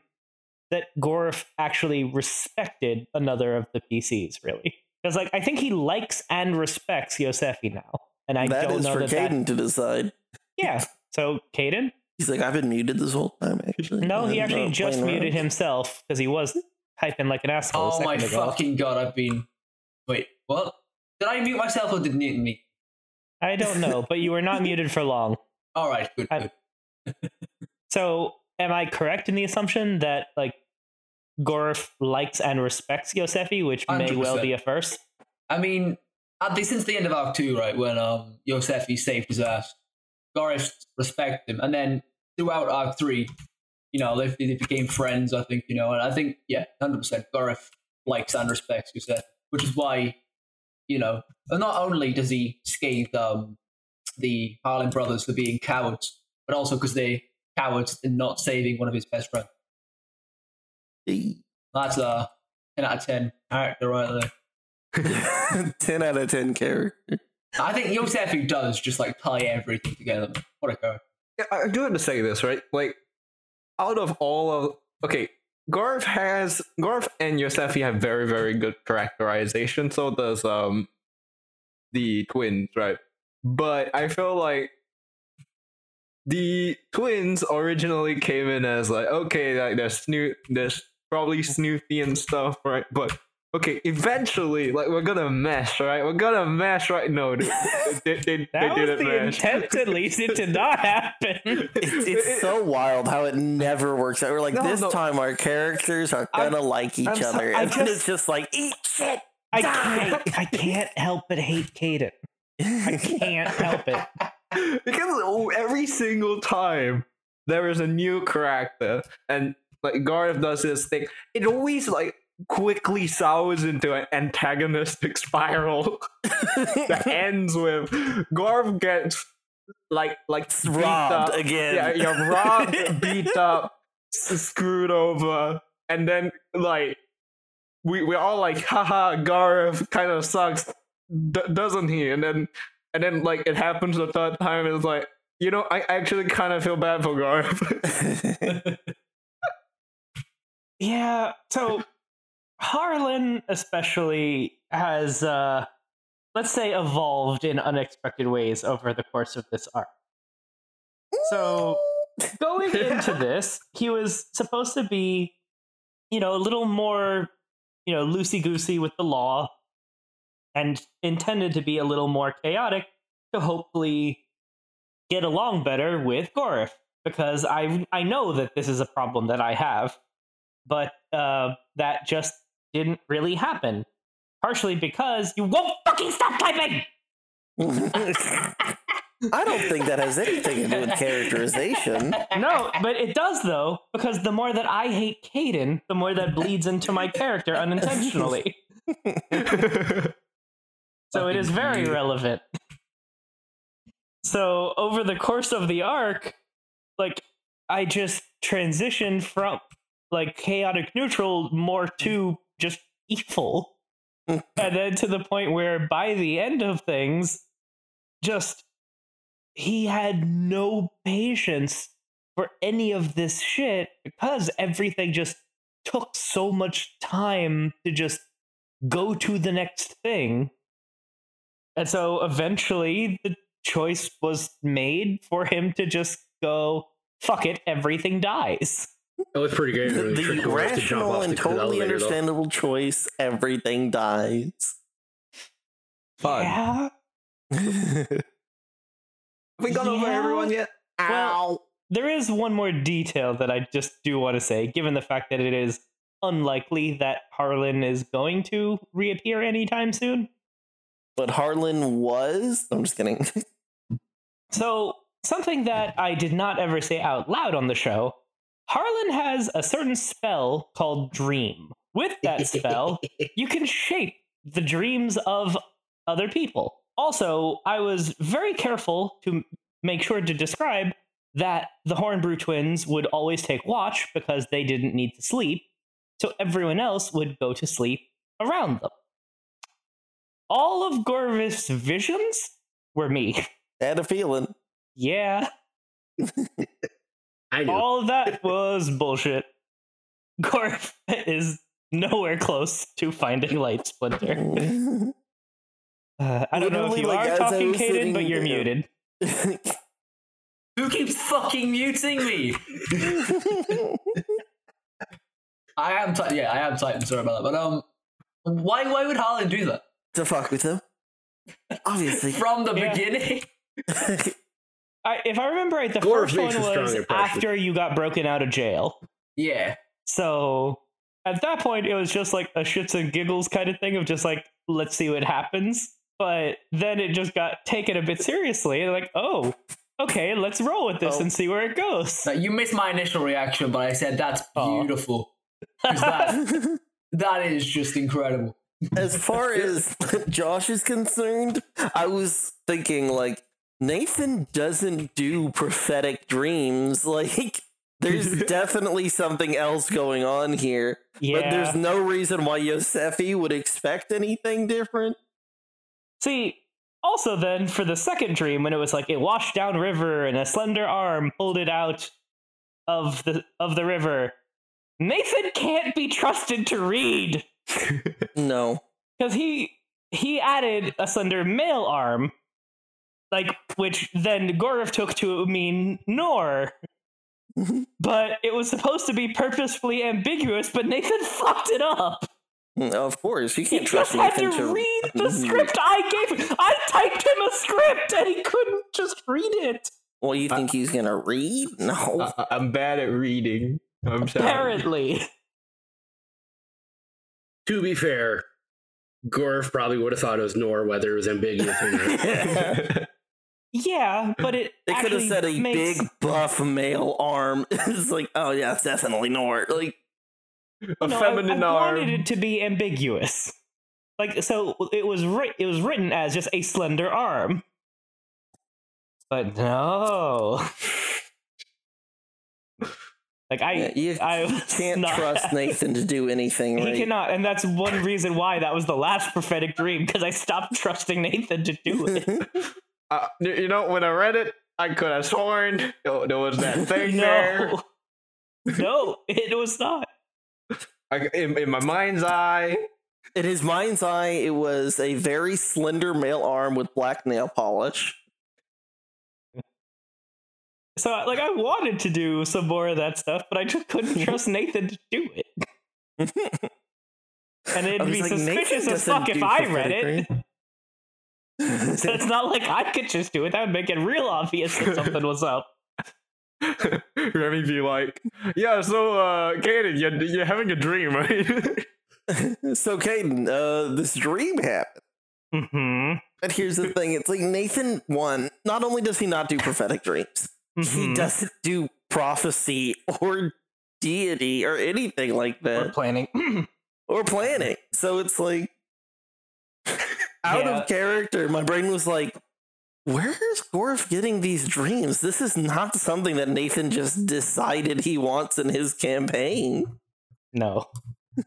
S4: that Gorif actually respected another of the PCs, really. Because, like, I think he likes and respects Yosefi now. And I
S3: that
S4: don't
S3: is
S4: know
S3: for
S4: that, that-
S3: Caden to decide.
S4: Yeah. So, Caden?
S3: He's like, I've been muted this whole time. Actually,
S4: No, he
S3: I'm
S4: actually
S3: not
S4: just
S3: playing around."
S4: muted himself because he was typing like an asshole. a
S2: Oh
S4: second
S2: my
S4: ago.
S2: fucking god! I've been. Wait, what? Did I mute myself or did Nathan me?
S4: I don't know, but you were not muted for long.
S2: All right, good.
S4: I-
S2: good.
S4: So, am I correct in the assumption that like Gorf likes and respects Yosefi, which may well
S2: 100%.
S4: be a first?
S2: I mean, at the, since the end of Arc 2, right, when um, Yosefi saved his ass, Gareth respected him. And then throughout Arc 3, you know, they, they became friends, I think, you know, and I think, yeah, 100%, Gareth likes and respects Yosef, which is why, you know, and not only does he scathe um, the Harlan brothers for being cowards, but also because they cowards in not saving one of his best friends. That's a 10 out of 10 character right there.
S3: 10 out of 10 character.
S2: I think Yosefu does just like tie everything together. What a guy.
S1: Yeah, I I do have to say this, right? Like, out of all of okay, Garf has Garf and Yosefi have very, very good characterization. So does um the twins, right? But I feel like the twins originally came in as like okay, like there's snoo there's probably Snoopy and stuff, right? But okay, eventually, like we're gonna mesh, right? We're gonna mesh, right? No, they, they, they, they
S4: That was
S1: didn't
S4: the
S1: mesh.
S4: intent, at least. It did not happen.
S3: It's, it's so wild how it never works out. We're like,
S1: No,
S3: this
S1: no.
S3: time our characters are
S1: I'm-
S3: gonna like each
S1: I'm so-
S3: other.
S4: I
S3: and then
S4: just-
S3: it's just like, eat shit.
S4: I can't, I can't help but hate Caden. I can't help it.
S1: because oh, every single time there is a new character, and like Garth does this thing. It always like quickly sours into an antagonistic spiral that ends with Garth gets like like beat
S3: robbed
S1: up.
S3: again.
S1: Yeah, you're robbed, beat up, s- screwed over, and then like we we're all like, haha, Garv kind of sucks, d- doesn't he? And then and then like it happens the third time, and it's like, you know, I actually kind of feel bad for Garv.
S4: Yeah, so Harlan especially has uh let's say evolved in unexpected ways over the course of this arc. So going into this, he was supposed to be, you know, a little more, you know, loosey goosey with the law and intended to be a little more chaotic to hopefully get along better with Gorif. Because I I know that this is a problem that I have, but uh, that just didn't really happen. Partially because you won't fucking stop typing!
S3: I don't think that has anything to do with characterization.
S4: no, but it does though, because the more that I hate Caden, the more that bleeds into my character unintentionally. so it is very relevant. So over the course of the arc, like I just transitioned from like chaotic neutral more to just evil. and then to the point where by the end of things, just he had no patience for any of this shit because everything just took so much time to just go to the next thing. And so eventually the choice was made for him to just go, fuck it, everything dies.
S5: That was pretty
S3: The,
S5: great. Really tricked
S3: the
S5: Garth to jump
S3: rational
S5: off
S3: and
S5: the elevator,
S3: totally
S5: though.
S3: understandable choice everything dies.
S1: Fun.
S4: Yeah.
S1: we gone over
S4: Yeah.
S1: everyone yet?
S4: Well, there is one more detail that I just do want to say, given the fact that it is unlikely that Harlan is going to reappear anytime soon.
S3: But Harlan was. I'm just kidding.
S4: So, something that I did not ever say out loud on the show Harlan has a certain spell called Dream. With that spell, you can shape the dreams of other people. Also, I was very careful to m- make sure to describe that the Hornbrew twins would always take watch because they didn't need to sleep, so everyone else would go to sleep around them. All of Gorvith's visions were me.
S3: Had a feeling.
S4: Yeah,
S5: I knew.
S4: all of that was bullshit. Gorf is nowhere close to finding Light Splinter. Uh, I don't know if
S3: Literally,
S4: you
S3: like, as
S4: are
S3: I
S4: talking,
S3: was
S4: Caden, but
S3: sitting
S4: you're
S3: there-
S4: muted.
S2: Who keeps fucking muting me? I am Titan. Yeah, I am Titan. Sorry about that. But um, why why would Harlan do that
S3: to fuck with him. Obviously.
S2: from the
S4: Yeah.
S2: beginning?
S4: I, if I remember right, the
S5: Gorf
S4: first
S5: makes a
S4: one
S5: strong
S4: was
S5: impression.
S4: after you got broken out of jail.
S2: Yeah,
S4: So at that point, it was just like a shits and giggles kind of thing of just like, let's see what happens. But then it just got taken a bit seriously. And like, oh, okay, let's roll with this
S3: Oh.
S4: and see where it goes.
S2: Like, you missed my initial reaction, but I said that's
S4: Aw.
S2: beautiful. 'Cause that that is just incredible.
S3: as far as Josh is concerned, I was thinking like Nathan doesn't do prophetic dreams. Like there's definitely something else going on here. But
S4: yeah.
S3: there's no reason why Yosefi would expect anything different.
S4: See, also then for the second dream, when it was like it washed down river and a slender arm pulled it out of the of the river, Nathan can't be trusted to read.
S3: No.
S4: because he he added a slender male arm, like which then Gorov took to mean nor. But it was supposed to be purposefully ambiguous, but Nathan fucked it up.
S3: Of course. You
S4: He
S3: can't
S4: just
S3: trust
S4: had
S3: Nathan
S4: to
S3: to
S4: read the script I gave him. I typed him a script and he couldn't just read it,
S3: Well, you think he's gonna read? No.
S1: I- I'm bad at reading. I'm sorry.
S4: apparently.
S5: to be fair,
S1: Uh,
S5: Gorf probably would have thought it was Nor, whether it was ambiguous or not.
S4: Yeah, but it
S3: They could have
S4: actually
S3: said a
S4: makes-
S3: big buff male arm. it's like, oh yeah, it's definitely Nort. Like
S1: A
S4: No, I-
S1: feminine
S4: I,
S1: arm.
S4: wanted it to be ambiguous. Like so, it was writ- it was written as just a slender arm, but no. Like I,
S3: yeah, you
S4: I was
S3: can't
S4: not-
S3: trust Nathan to do anything.
S4: He
S3: right?
S4: cannot, and that's one reason why that was the last prophetic dream because I stopped trusting Nathan to do it.
S1: Uh, you you know, when I read it, I could have sworn oh, there there was that thing there.
S4: no, no, it was not.
S1: I, in, in my mind's eye,
S3: In his mind's eye, it was a very slender male arm with black nail polish.
S4: So, like, I wanted to do some more of that stuff, but I just couldn't trust Nathan to do it. And it'd
S3: I was
S4: be
S3: like, Nathan
S4: suspicious as
S3: doesn't
S4: fuck
S3: do
S4: if I read it.
S3: prophetic reading.
S4: So it's not like I could just do it. That would make it real obvious that something was up.
S1: Remy be like, "Yeah, so uh, Kaden, you're you're having a dream, right?"
S3: so, Caden, uh, this dream happened.
S4: Mm-hmm.
S3: But here's the thing it's like Nathan, one, not only does he not do prophetic dreams,
S4: Mm-hmm.
S3: he doesn't do prophecy or deity or anything like
S4: We're
S3: that
S4: planning.
S3: or planning. So, it's like out
S4: Yeah.
S3: of character. My brain was like, where is Gorf getting these dreams? This is not something that Nathan just decided he wants in his campaign.
S4: no.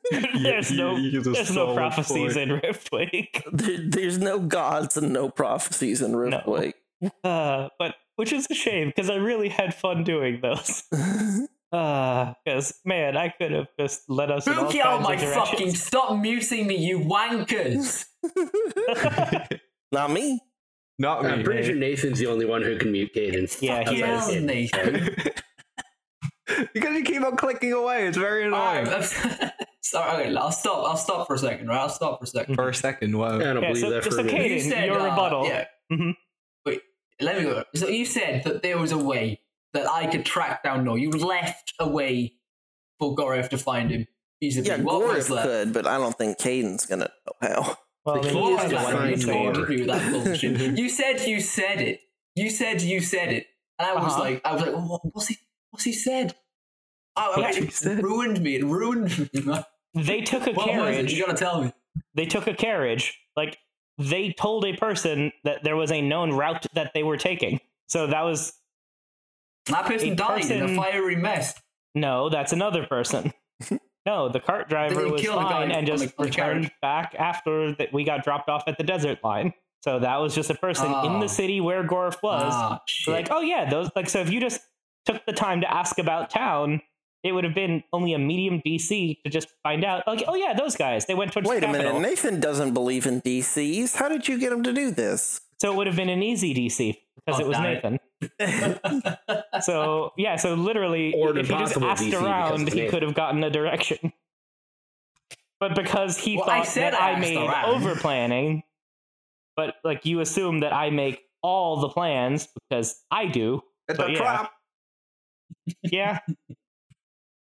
S4: there's no, there's no prophecies in Riftwake.
S3: There, there's no gods and no prophecies in Riftwake.
S4: Uh, but which is a shame because I really had fun doing those. Because man, I could have just let us. in all
S2: Look out,
S4: kinds of
S2: oh my
S4: directions.
S2: fucking stop muting me, you wankers!
S3: Not me.
S1: Not
S5: I'm
S1: me.
S5: pretty sure Nathan's the only one who can mute Caden.
S4: Yeah, he
S2: Yeah,
S4: is.
S2: Nathan.
S1: because you keep on clicking away, it's very
S2: I'm,
S1: annoying.
S2: I'm sorry, okay, I'll stop. I'll stop for a second, right? I'll stop for a second.
S1: For a second,
S5: I
S1: wow.
S5: don't
S4: Yeah,
S5: believe
S4: so-
S5: that
S4: so
S5: for a
S4: Caden-
S5: minute.
S2: You
S4: your
S2: uh,
S4: rebuttal.
S2: yeah.
S4: Mhm.
S2: Wait, let me go. So you said that there was a way that I could track down Nor. You left a way for Gorev to find him. He's a
S3: Yeah,
S2: what
S3: Gorf
S2: was left?
S3: could, but I don't think Caden's gonna know how.
S4: Well,
S5: The
S4: I mean,
S5: key
S4: he is
S5: is to
S4: the one who
S5: find
S2: you
S5: Nor.
S4: told-
S2: told me with that bullshit. you said you said it. You said you said it, and I was
S4: Uh-huh.
S2: like, I was like, what, what's he? What's he said? I, I
S4: What's
S2: it
S1: he said?
S2: ruined me. It ruined me. what
S4: They took a
S2: was it?
S4: carriage.
S2: You gotta tell me.
S4: they took a carriage. Like they told a person that there was a known route that they were taking. So that was
S2: That person
S4: A
S2: died in
S4: person-
S2: a fiery mess.
S4: no, that's another person. no, the cart driver
S2: They
S4: was
S2: killed the guy
S4: fine and
S2: on
S4: just
S2: the- on the
S4: returned
S2: carriage.
S4: back after that we got dropped off at the desert line. So that was just a person in
S2: Ah.
S4: the city where Gorf was.
S2: Ah, shit.
S4: like, oh yeah, those like so if you just took the time to ask about town, it would have been only a medium DC to just find out. Like, oh yeah, those guys, they went towards
S3: Wait a
S4: capital.
S3: minute, Nathan doesn't believe in DCs. How did you get him to do this?
S4: So it would have been an easy DC because
S2: Oh,
S4: it was
S2: damn it.
S4: Nathan. So yeah, so literally,
S5: Or an
S4: if he just
S5: impossible
S4: asked
S5: DC because
S4: around,
S5: it's
S4: he
S5: Nathan.
S4: could have gotten a direction. But because he
S2: Well, I
S4: thought
S2: said
S4: that
S2: I
S4: I
S2: asked
S4: made
S2: around.
S4: over planning, but like you assume that I make all the plans because I do.
S1: It's
S4: But
S1: a
S4: yeah.
S1: trap.
S4: Yeah,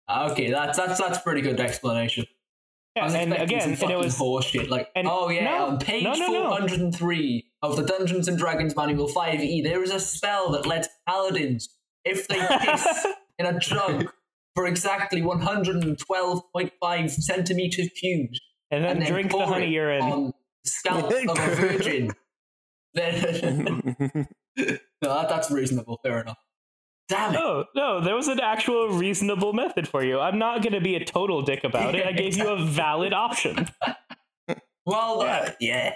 S2: okay, that's that's that's pretty good explanation. I was
S4: and
S2: expecting
S4: again,
S2: some fucking
S4: and it was
S2: horseshit. Like,
S4: and-
S2: oh yeah,
S4: no,
S2: on page
S4: no, no, no.
S2: 403 of the Dungeons and Dragons Manual 5e, there is a spell that lets paladins, if they piss in a jug for exactly 112.5 centimeters cubed,
S4: and then
S2: and then
S4: drink
S2: pour
S4: the honey
S2: it
S4: urine.
S2: on the scalp of a virgin, then no, that, that's reasonable. Fair enough. Damn it.
S4: No, no, there was an actual reasonable method for you. I'm not going to be a total dick about it. I gave you a valid option.
S2: Well, uh, yeah.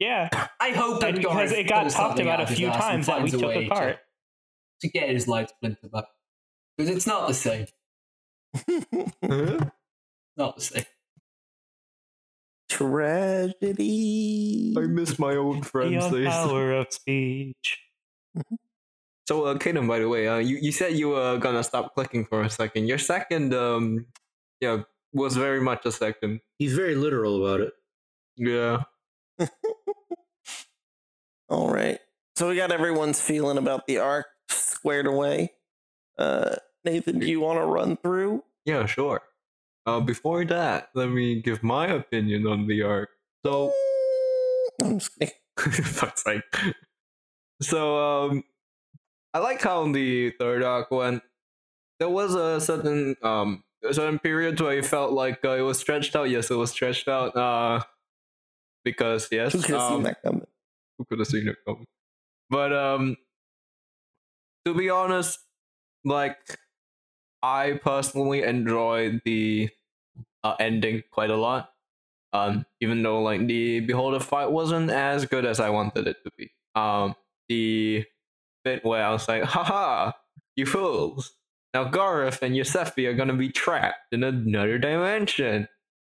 S4: Yeah,
S2: I hope that
S4: and
S2: Gareth
S4: because it got
S2: pulls
S4: talked
S2: something out
S4: about a
S2: of his
S4: few
S2: ass and
S4: times that we
S2: finds
S4: took
S2: way
S4: a
S2: to-
S4: cart.
S2: to get his light splinter back. Because it's not the same. Not the same.
S3: Tragedy.
S1: I miss my old friends.
S4: The
S1: they-
S4: power of speech.
S1: So, uh, Kaden, by the way, uh, you, you said you were gonna stop clicking for a second. Your second, um, yeah, was very much a second.
S5: He's very literal about it.
S1: Yeah.
S3: All right. So we got everyone's feeling about the arc squared away. Uh, Nathan, do you want to run through?
S1: Yeah, sure. Uh, before that, let me give my Oh. opinion on the arc. So,
S3: I'm just Mm, kidding.
S1: fuck's sake. So um I like how the third arc went. There was a certain um a certain period where it felt like uh, it was stretched out. Yes, it was stretched out. Uh because yes,
S3: Who could have seen
S1: um,
S3: that coming?
S1: who could have seen it coming? But um, to be honest, like I personally enjoyed the uh, ending quite a lot. Um, even though like the beholder fight wasn't as good as I wanted it to be. Um, the bit where I was like, haha, you fools. Now Gareth and Yosefi are gonna be trapped in another dimension.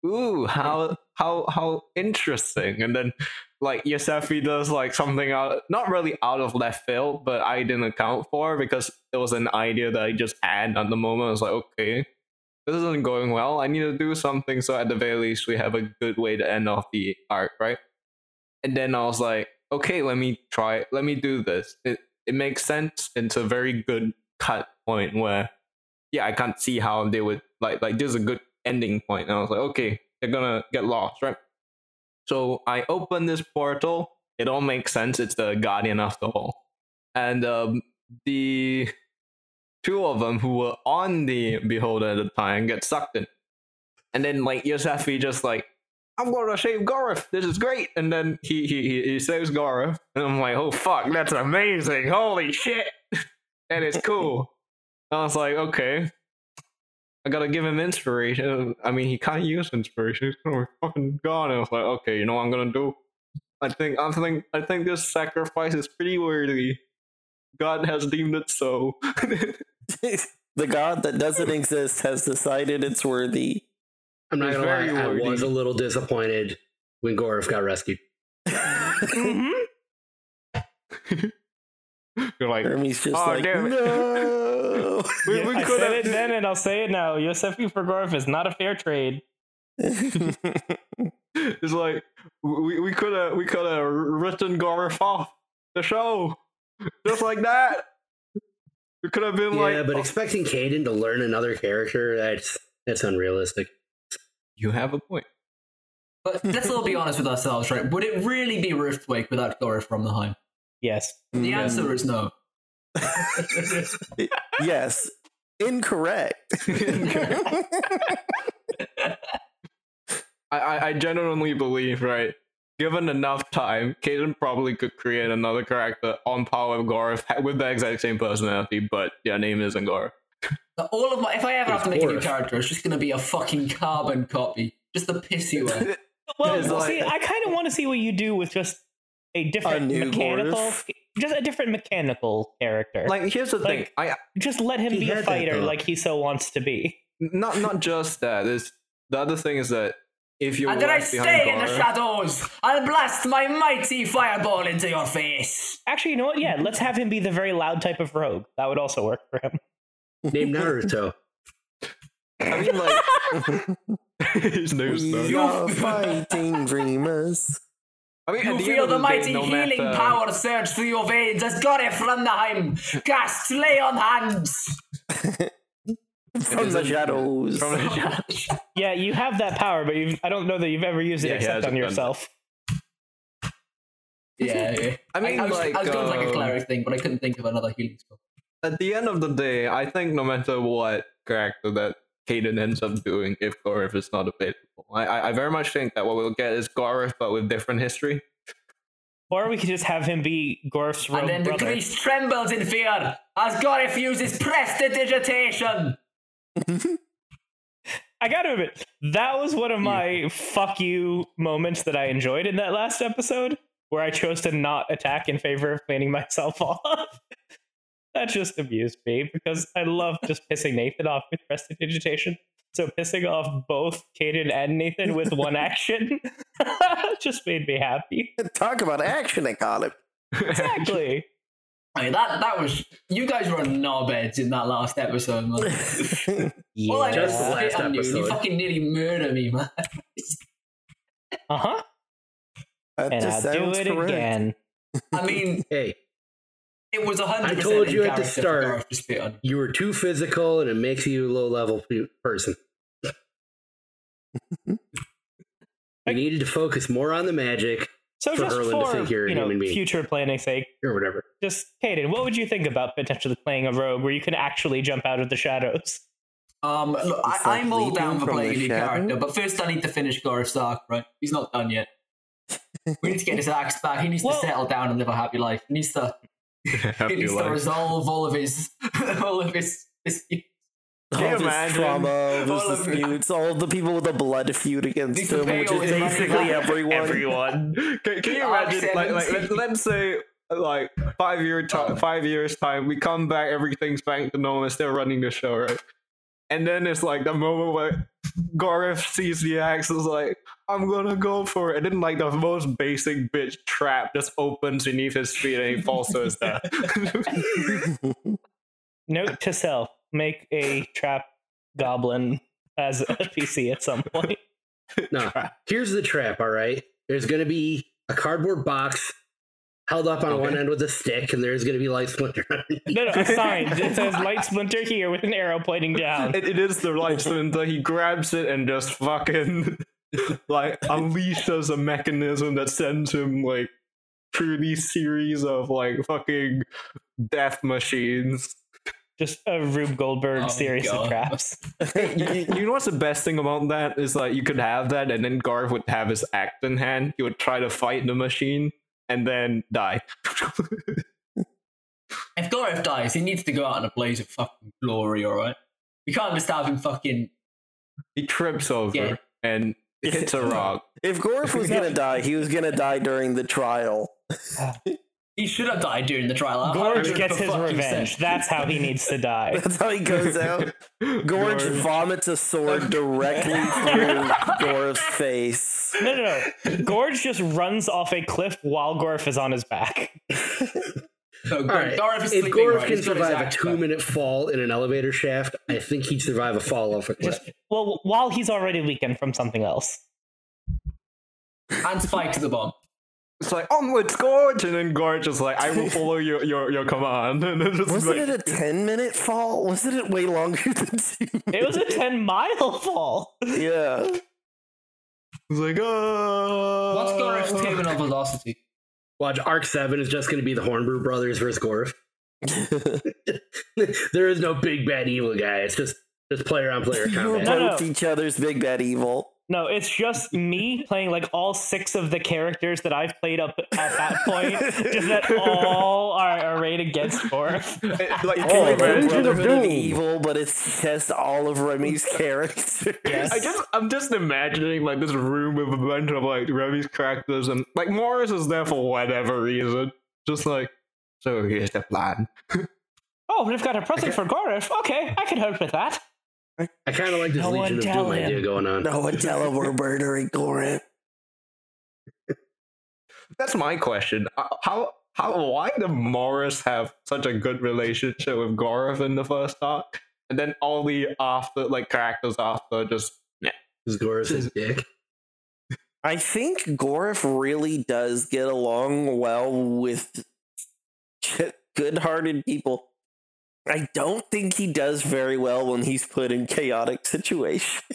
S1: Ooh, how how how interesting. And then like Yosefi does like something out not really out of left field, but I didn't account for because it was an idea that I just had at the moment. I was like, okay, this isn't going well. I need to do something so at the very least we have a good way to end off the arc, right? And then I was like, okay, let me try it. Let me do this. It it makes sense. It's a very good cut point where yeah, I can't see how they would like like this is a good ending point. And I was like, okay, they're gonna get lost, right? So I open this portal. It all makes sense. It's the guardian after all. And um, the two of them who were on the beholder at the time get sucked in. And then like Yosefi just like, I'm gonna save Gareth. This is great. And then he he he, he saves Gareth. And I'm like, oh fuck, that's amazing. Holy shit. that is cool. I was like, okay. I gotta give him inspiration. I mean, he can't use inspiration. He's gonna be fucking gone. I was like, okay, you know what I'm gonna do? I think I think I think this sacrifice is pretty worthy. God has deemed it so.
S3: the god that doesn't exist has decided it's worthy.
S5: I'm not
S1: It's
S5: gonna lie,
S1: very
S5: I
S1: wordy.
S5: was a little disappointed when Gorov got rescued.
S4: Mhm.
S1: You're like,
S3: Hermes just
S1: Oh,
S3: like
S1: damn it.
S3: no.
S1: we,
S4: Yeah,
S1: we
S4: I
S1: could
S4: said
S1: have
S4: it then, and I'll say it now. Yosefi for Gorf is not a fair trade.
S1: It's like we we could have we could have written Gareth off the show just like that. We could have been
S5: Yeah,
S1: like, "Oh,
S5: but
S3: oh.
S5: expecting Caden to learn another character, that's that's unrealistic.
S1: you have a point.
S2: But let's all be honest with ourselves, right? Would it really be Riftwake without Gorif from the home?
S4: Yes.
S1: Mm,
S2: The answer is no.
S3: yes. Incorrect.
S1: I, I I genuinely believe right. Given enough time, Caden probably could create another character on par with Gareth ha- with the exact same personality, but yeah, name isn't Gareth.
S2: So all of my, if I ever have to make a new
S5: Gorf.
S2: character, it's just going to be a fucking carbon copy, just the piss you wear.
S4: Well,
S1: It's
S4: well,
S1: like-
S4: see, I kind of want to see what you do with just a different
S3: new
S4: mechanical,
S3: Gorf.
S4: just a different mechanical character.
S1: Like here's the thing,
S4: Like-
S1: I
S4: just let him
S5: He
S4: be
S5: had
S4: a
S5: that
S4: fighter
S5: though.
S4: like he so wants to be.
S1: not not just that. It's the other thing is that if you're
S2: And then Uh, I
S1: left
S2: stay
S1: behind
S2: in the
S1: Gareth-
S2: shadows and blast my mighty fireball into your face.
S4: Actually, you know what? Yeah, let's have him be the very loud type of rogue. That would also work for him.
S5: Named Naruto.
S1: I mean, like His name's
S3: we
S1: Doug.
S3: are fighting dreamers.
S1: I mean, at
S2: You
S1: the
S2: feel
S1: end
S2: the
S1: of
S2: mighty
S1: day, no
S2: healing
S1: matter-
S2: power surge through your veins as Gorif from the Heim casts lay on hands.
S3: From the
S1: isn't-
S3: shadows.
S1: From the shadows.
S4: Yeah, you have that power, but you've, I don't know that you've ever used it
S1: Yeah, he
S4: except
S1: hasn't
S4: on
S1: done
S4: yourself.
S2: Yeah, yeah.
S1: I mean,
S2: I, was,
S1: like,
S2: I was going for like a
S1: um,
S2: cleric thing, but I couldn't think of another healing spell.
S1: at the end of the day, I think no matter what character that Caden ends up doing, if Gareth is not available, I, I, I very much think that what we'll get is Gareth, but with different history.
S4: Or we could just have him be Gorf's rogue
S2: And then the
S4: brother.
S2: grease trembles in fear as Gorif uses prestidigitation.
S4: I gotta admit, that was one of my fuck you moments that I enjoyed in that last episode, where I chose to not attack in favor of cleaning myself off. that just amused me because I love just pissing Nathan off with prestidigitation. So pissing off both Caden and Nathan with one action just made me happy.
S3: Talk about action economy.
S4: Exactly.
S2: I mean, that that was you guys were knobheads in that last episode, man. All I know is
S5: Just the
S2: to
S5: last
S2: hit on you, and you
S5: episode.
S2: fucking nearly murder me, man.
S4: Uh huh.
S3: That
S4: And I'll
S3: just
S4: do
S3: sounds
S4: it
S3: correct.
S4: again.
S2: I mean,
S5: Hey,
S2: it was hundred.
S5: I told you at the start.
S2: To spit on you.
S5: you were too physical and it makes you a low level pe- person. you needed to focus more on the magic
S4: So
S5: For
S4: just
S5: Erlen to
S4: for
S5: think you're a
S4: you know,
S5: human being.
S4: future planning sake,
S5: or whatever.
S4: just Kaden, what would you think about potentially playing a rogue where you can actually jump out of the shadows?
S2: Um, look,
S3: It's
S2: I,
S3: like
S2: I'm all
S3: leaping
S2: down for
S3: from
S2: playing a
S3: the
S2: new
S3: shadow.
S2: character, but first I need to finish Gareth's arc, right? He's not done yet. We need to get his axe back. He needs
S4: Well-
S2: to settle down and live a happy life. He needs to, he
S1: Happy
S2: needs to
S1: life.
S2: resolve all of his, all of his, his
S3: All
S1: Can you
S3: this
S1: imagine?
S3: trauma, all
S2: All
S3: this
S2: of it.
S3: disputes, all the people with a blood feud
S2: These
S3: against him, which
S2: pale
S3: is
S2: is running
S3: basically
S2: around.
S3: everyone.
S1: Everyone. Can, can you
S2: Arc
S1: imagine? Like, like let,
S2: 17.
S1: let's say like five year time,
S2: Oh.
S1: five years time, we come back, everything's back to normal, and still running the show, right? And then it's like the moment where Gareth sees the axe, is like, "I'm gonna go for it," and then like the most basic bitch trap just opens beneath his feet, and he falls to his death.
S4: Note to self: make a trap goblin as a PC at some point.
S5: No, here's the trap. All right, there's gonna be a cardboard box held up on one
S1: Okay.
S5: end with a stick, and there's gonna be light splinter.
S4: No, no, a sign that says "Light Splinter" here with an arrow pointing down.
S1: it, it is the light splinter. He grabs it and just fucking like unleashes a mechanism that sends him like through these series of like fucking death machines.
S4: Just a Rube Goldberg
S2: Oh,
S4: series of
S2: God.
S4: traps.
S1: you, you- you know what's the best thing about that is like you could have that, and then Garth would have his axe in hand. He would try to fight the machine and then die.
S2: If Goref dies, he needs to go out in a blaze of fucking glory, alright? We can't just have him fucking.
S1: he trips over
S2: Yeah.
S1: and hits a rock.
S3: if Gorf was gonna die, he was gonna die during the trial.
S2: He should have died during the trial. I- I
S4: Gorge
S2: remember
S4: gets his
S2: fucking
S4: revenge.
S2: saying-
S4: That's how he needs to die.
S3: That's how he goes out. Gorge vomits a sword directly through Gorf's face.
S4: No, no, no. Gorge just runs off a cliff while Gorf is on his back.
S2: So,
S5: All right.
S2: Goref is
S5: if
S2: sleeping,
S5: Gorf
S2: right?
S5: can
S2: He's got his
S5: survive a
S2: axe
S5: two
S2: back.
S5: minute fall in an elevator shaft, I think he'd survive a fall off a cliff.
S4: Just well, while he's already weakened from something else.
S2: And spike to the bomb.
S1: It's like onwards, Gorge, and then Gorge is like, "I will follow your your, your command." And then just
S3: Wasn't
S1: like,
S3: it a 10 minute fall? Wasn't it way longer than two?
S4: It was a ten mile fall.
S3: yeah.
S1: it's like, oh.
S2: What's Goref's
S4: Uh,
S2: terminal velocity?
S5: Watch Arc Seven is just gonna be the Hornbrew brothers versus Gorf. there is no big bad evil guy. It's just just player on player
S3: You were
S5: combat.
S4: No, no.
S3: both each other's big bad evil.
S4: No, it's just me playing like all six of the characters that I've played up at that point. Just that all are arrayed against Gorf.
S1: It- like, can
S3: It's
S1: you
S3: like Oh, the
S1: imagine-
S6: Dungeon of
S3: Brotherhood of
S6: Doom.
S3: Evil, but it's just all of Remy's characters.
S4: Yes.
S1: I just, I'm just imagining like this room with a bunch of like Remy's characters, and like Morris is there for whatever reason. Just like, so here's the plan.
S4: Oh, we've got a present for Gorf. Okay, I can help with that.
S5: I kind of like this
S4: No one
S5: Legion of
S4: tell
S5: Doom
S4: him.
S5: idea going on.
S3: No one tell him we're murdering Gorip.
S1: That's my question. Uh, How, how, why did Morris have such a good relationship with Gorath in the first arc, and then all the after like characters after just
S5: Because Gorf is a dick.
S3: I think Gorif really does get along well with good hearted people. I don't think he does very well when he's put in chaotic situations.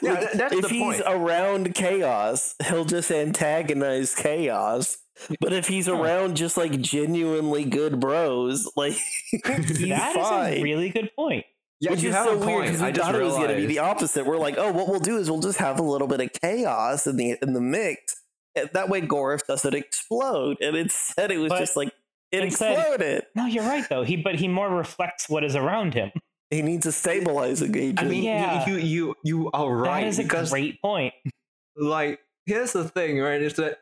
S1: Yeah,
S3: Like,
S1: tha- that's
S3: if
S1: the
S3: he's
S1: point.
S3: around chaos, he'll just antagonize chaos. But if he's around just like genuinely good bros, like he's
S4: That is
S3: fine.
S4: a really good point.
S1: yeah,
S3: Which
S1: you
S3: is
S1: have
S3: so
S1: a
S3: weird
S1: point.
S3: because
S1: I
S3: we
S1: just
S3: thought it was going to be
S1: realized.
S3: the opposite. We're like, oh, what we'll do is we'll just have a little bit of chaos in the in the mix. And That way, Gorif doesn't explode. And instead, it was
S4: But
S3: just like it
S4: instead-
S3: exploded.
S4: No, you're right though. He but he more reflects what is around him.
S3: He needs a stabilizing agent.
S1: I mean, you-
S4: Yeah.
S1: you, you, you are right
S4: that is a
S1: because
S4: great point.
S1: like here's the thing right is that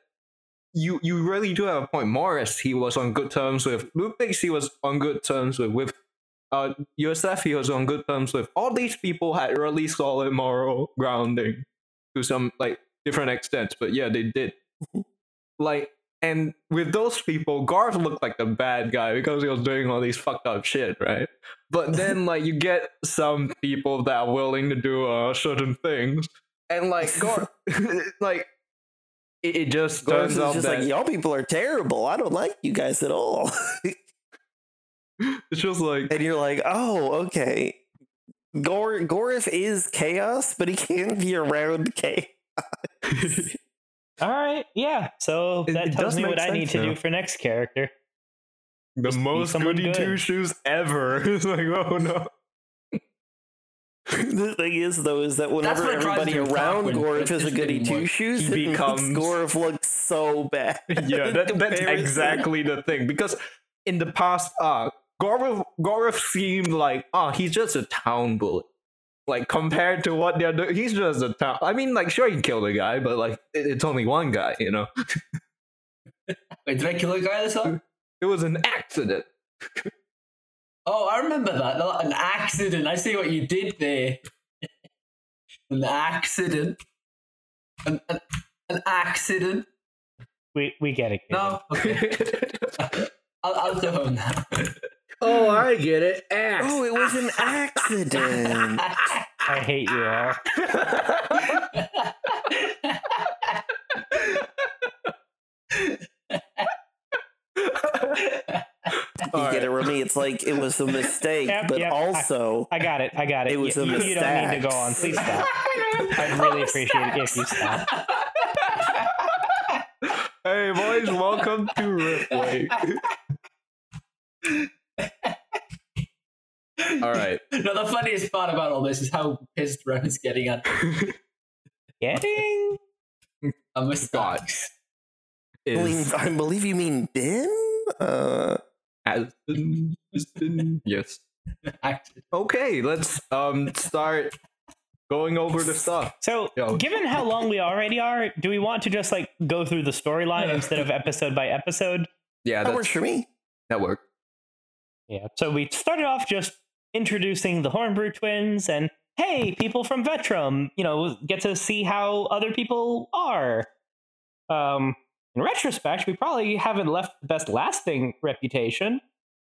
S1: you you really do have a point morris he was on good terms with lupix he was on good terms with with uh Yosef, he was on good terms with all these people had really solid moral grounding to some like different extents but yeah they did like and with those people garth looked like the bad guy because he was doing all these fucked up shit right but then like you get some people that are willing to do uh, certain things and like Gar- like it, it just
S3: Gorif
S1: turns
S3: is
S1: out
S3: just
S1: that
S3: like, y'all people are terrible. I don't like you guys at all.
S1: it's just like
S3: and you're like, oh, okay. Gor- Gorif is chaos, but he can't be around chaos.
S4: All right, yeah. So
S1: It-
S4: that
S1: it
S4: tells
S1: does
S4: me
S1: make
S4: what I need
S1: sense
S4: to
S1: now.
S4: do for next character.
S1: The
S4: Just be
S1: most
S4: someone
S1: goody
S4: good.
S1: two shoes ever. it's like, oh no.
S3: the thing is, though, is that
S2: That's
S3: whenever
S2: what drives me
S3: everybody
S2: to
S3: around
S2: talk when
S3: Gorf
S2: it
S3: is a
S2: just
S3: goody
S2: didn't work.
S3: two shoes,
S1: He
S3: it becomes
S1: becomes-
S3: Gorf look so bad.
S1: Yeah,
S3: in
S1: that, that's
S3: comparison.
S1: exactly the thing. Because in the past arc, Gorov Gorov seemed like, oh, he's just a town bully. Like compared to what they're doing, he's just a town. I mean, like sure he killed a guy, but like it- it's only one guy, you know.
S2: Wait, did I kill a guy this time?
S1: It was an accident.
S2: Oh, I remember that. Not An accident. I see what you did there. an accident. An, an, an accident.
S4: We we get it.
S2: No. Okay. I'll, I'll go home now.
S5: Oh, I get it. Axe.
S3: Oh, it was an accident.
S4: I hate you all.
S3: you
S1: Alright.
S3: get it, Remy? It's like it was a mistake,
S4: Yep,
S3: but
S4: yep, I-
S3: also
S4: I got it. I got it.
S3: It was
S4: you,
S3: a
S4: you- you don't need to
S3: mistake.
S4: go on. Please stop. I'd really appreciate it if you stop.
S1: hey boys, welcome to Riftway. All right.
S2: No, the funniest part about all this is how pissed Ren is getting at
S4: Getting
S2: a mistake.
S3: I,
S1: Is
S3: believe, I believe you mean Ben. Uh,
S1: Aston- Aston- yes.
S2: Accident.
S1: Okay, let's um start going over the stuff.
S4: so.
S1: Yo.
S4: Given how long we already are, do we want to just like go through the storyline instead of episode by episode?
S1: Yeah,
S3: that
S1: that's
S3: works for me.
S1: network.
S4: Yeah. So we started off just introducing the Hornbrew twins and hey, people from Vetrum, you know, get to see how other people are. Um, in retrospect, we probably haven't left the best lasting reputation,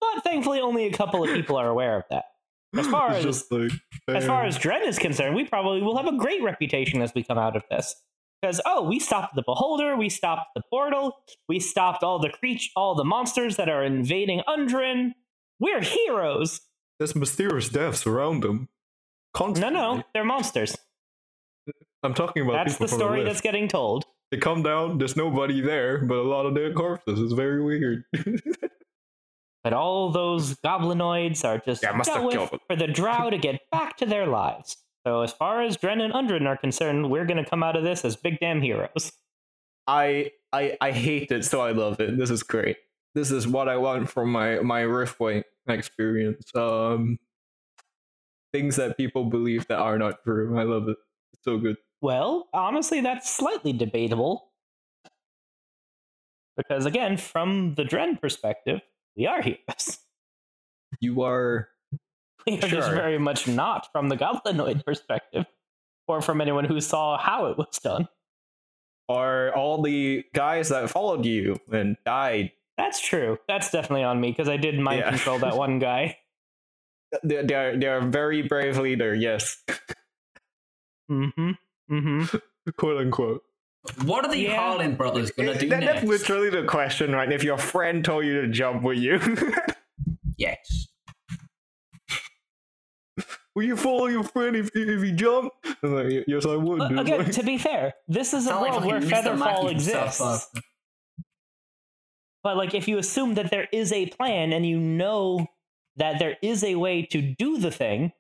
S4: but thankfully only a couple of people are aware of that. As far
S1: It's
S4: as-
S1: just like,
S4: As far
S1: um,
S4: as Dren is concerned, we probably will have a great reputation as we come out of this. Because oh, we stopped the beholder, we stopped the portal, we stopped all the creature, all the monsters that are invading Undren. We're heroes.
S1: there's mysterious deaths around them.
S4: No,
S1: Constantly.
S4: no, they're monsters.
S1: I'm talking about
S4: That's
S1: people
S4: the
S1: from
S4: story
S1: lift.
S4: that's getting told.
S1: They come down. There's nobody there, but a lot of dead corpses. It's very weird.
S4: But all those goblinoids are just
S1: Yeah, I must
S4: dealt
S1: have
S4: with
S1: killed them.
S4: for the drow to get back to their lives. So as far as Dren and Undren are concerned, we're gonna come out of this as big damn heroes.
S1: I I I hate it, so I love it. This is great. This is what I want from my my Riftway experience. Um, things that people believe that are not true. I love it. It's so good.
S4: Well, honestly, that's slightly debatable. Because again, from the Dren perspective, we are heroes.
S1: You are
S4: We are just
S1: Sure.
S4: very much not from the goblinoid perspective, or from anyone who saw how it was done.
S1: are all the guys that followed you and died.
S4: That's true. That's definitely on me because I did mind
S1: Yeah.
S4: control that one guy.
S1: They're they're, they're a very brave leader. Yes,
S4: Mm-hmm. Mm-hmm.
S1: quote unquote.
S2: What are the
S4: Yeah.
S2: Harlan brothers going to do
S1: That-
S2: next?
S1: that's literally the question, right? If your friend told you to jump, will you?
S2: Yes.
S1: will you follow your friend if you, if you jump? I'm like, "Y- yes, I would.
S4: But
S1: dude."
S4: again,
S1: Like-
S4: uh, to be fair, this is a
S2: Sound like
S4: world where
S2: fucking Mr.
S4: Featherfall
S2: Matthews stuff,
S4: exists.
S2: uh,
S4: But like if you assume that there is a plan and you know that there is a way to do the thing,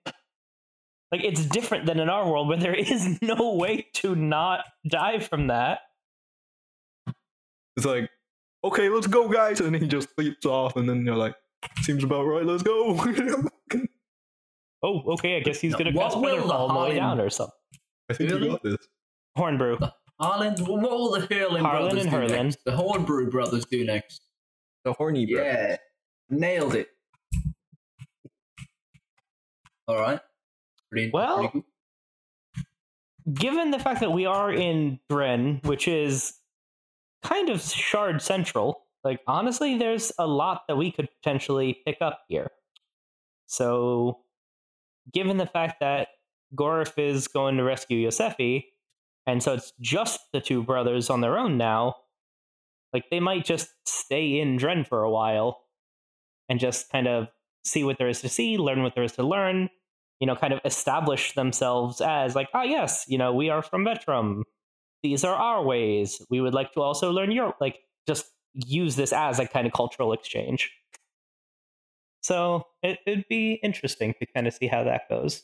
S4: like it's different than in our world where there is no way to not die from that.
S1: It's like, okay, let's go, guys, and he just sleeps off, and then you're like, seems about right. Let's go.
S4: Oh, okay, I guess he's gonna
S2: What
S4: cast
S2: will
S4: Featherfall
S2: the
S4: all the way
S2: Harlan-
S4: down or something.
S1: I think
S2: Really?
S1: you got this.
S4: Hornbrew.
S2: Harlan, what will the Harlan,
S4: Harlan
S2: brothers
S4: and
S2: do
S4: Harlan.
S2: next? The Hornbrew brothers do next.
S1: The horny bro.
S2: Yeah, nailed it. All right. Pretty,
S4: Well-
S2: pretty good.
S4: Given the fact that we are in Dren, which is kind of shard central, like honestly, there's a lot that we could potentially pick up here. So, given the fact that Gorif is going to rescue Yosefi, and so it's just the two brothers on their own now, like they might just stay in Dren for a while and just kind of see what there is to see, learn what there is to learn, you know, kind of establish themselves as like, ah, yes, you know, we are from Vetrum. these are our ways. We would like to also learn your like just use this as a kind of cultural exchange. So it, it'd be interesting to kind of see how that goes.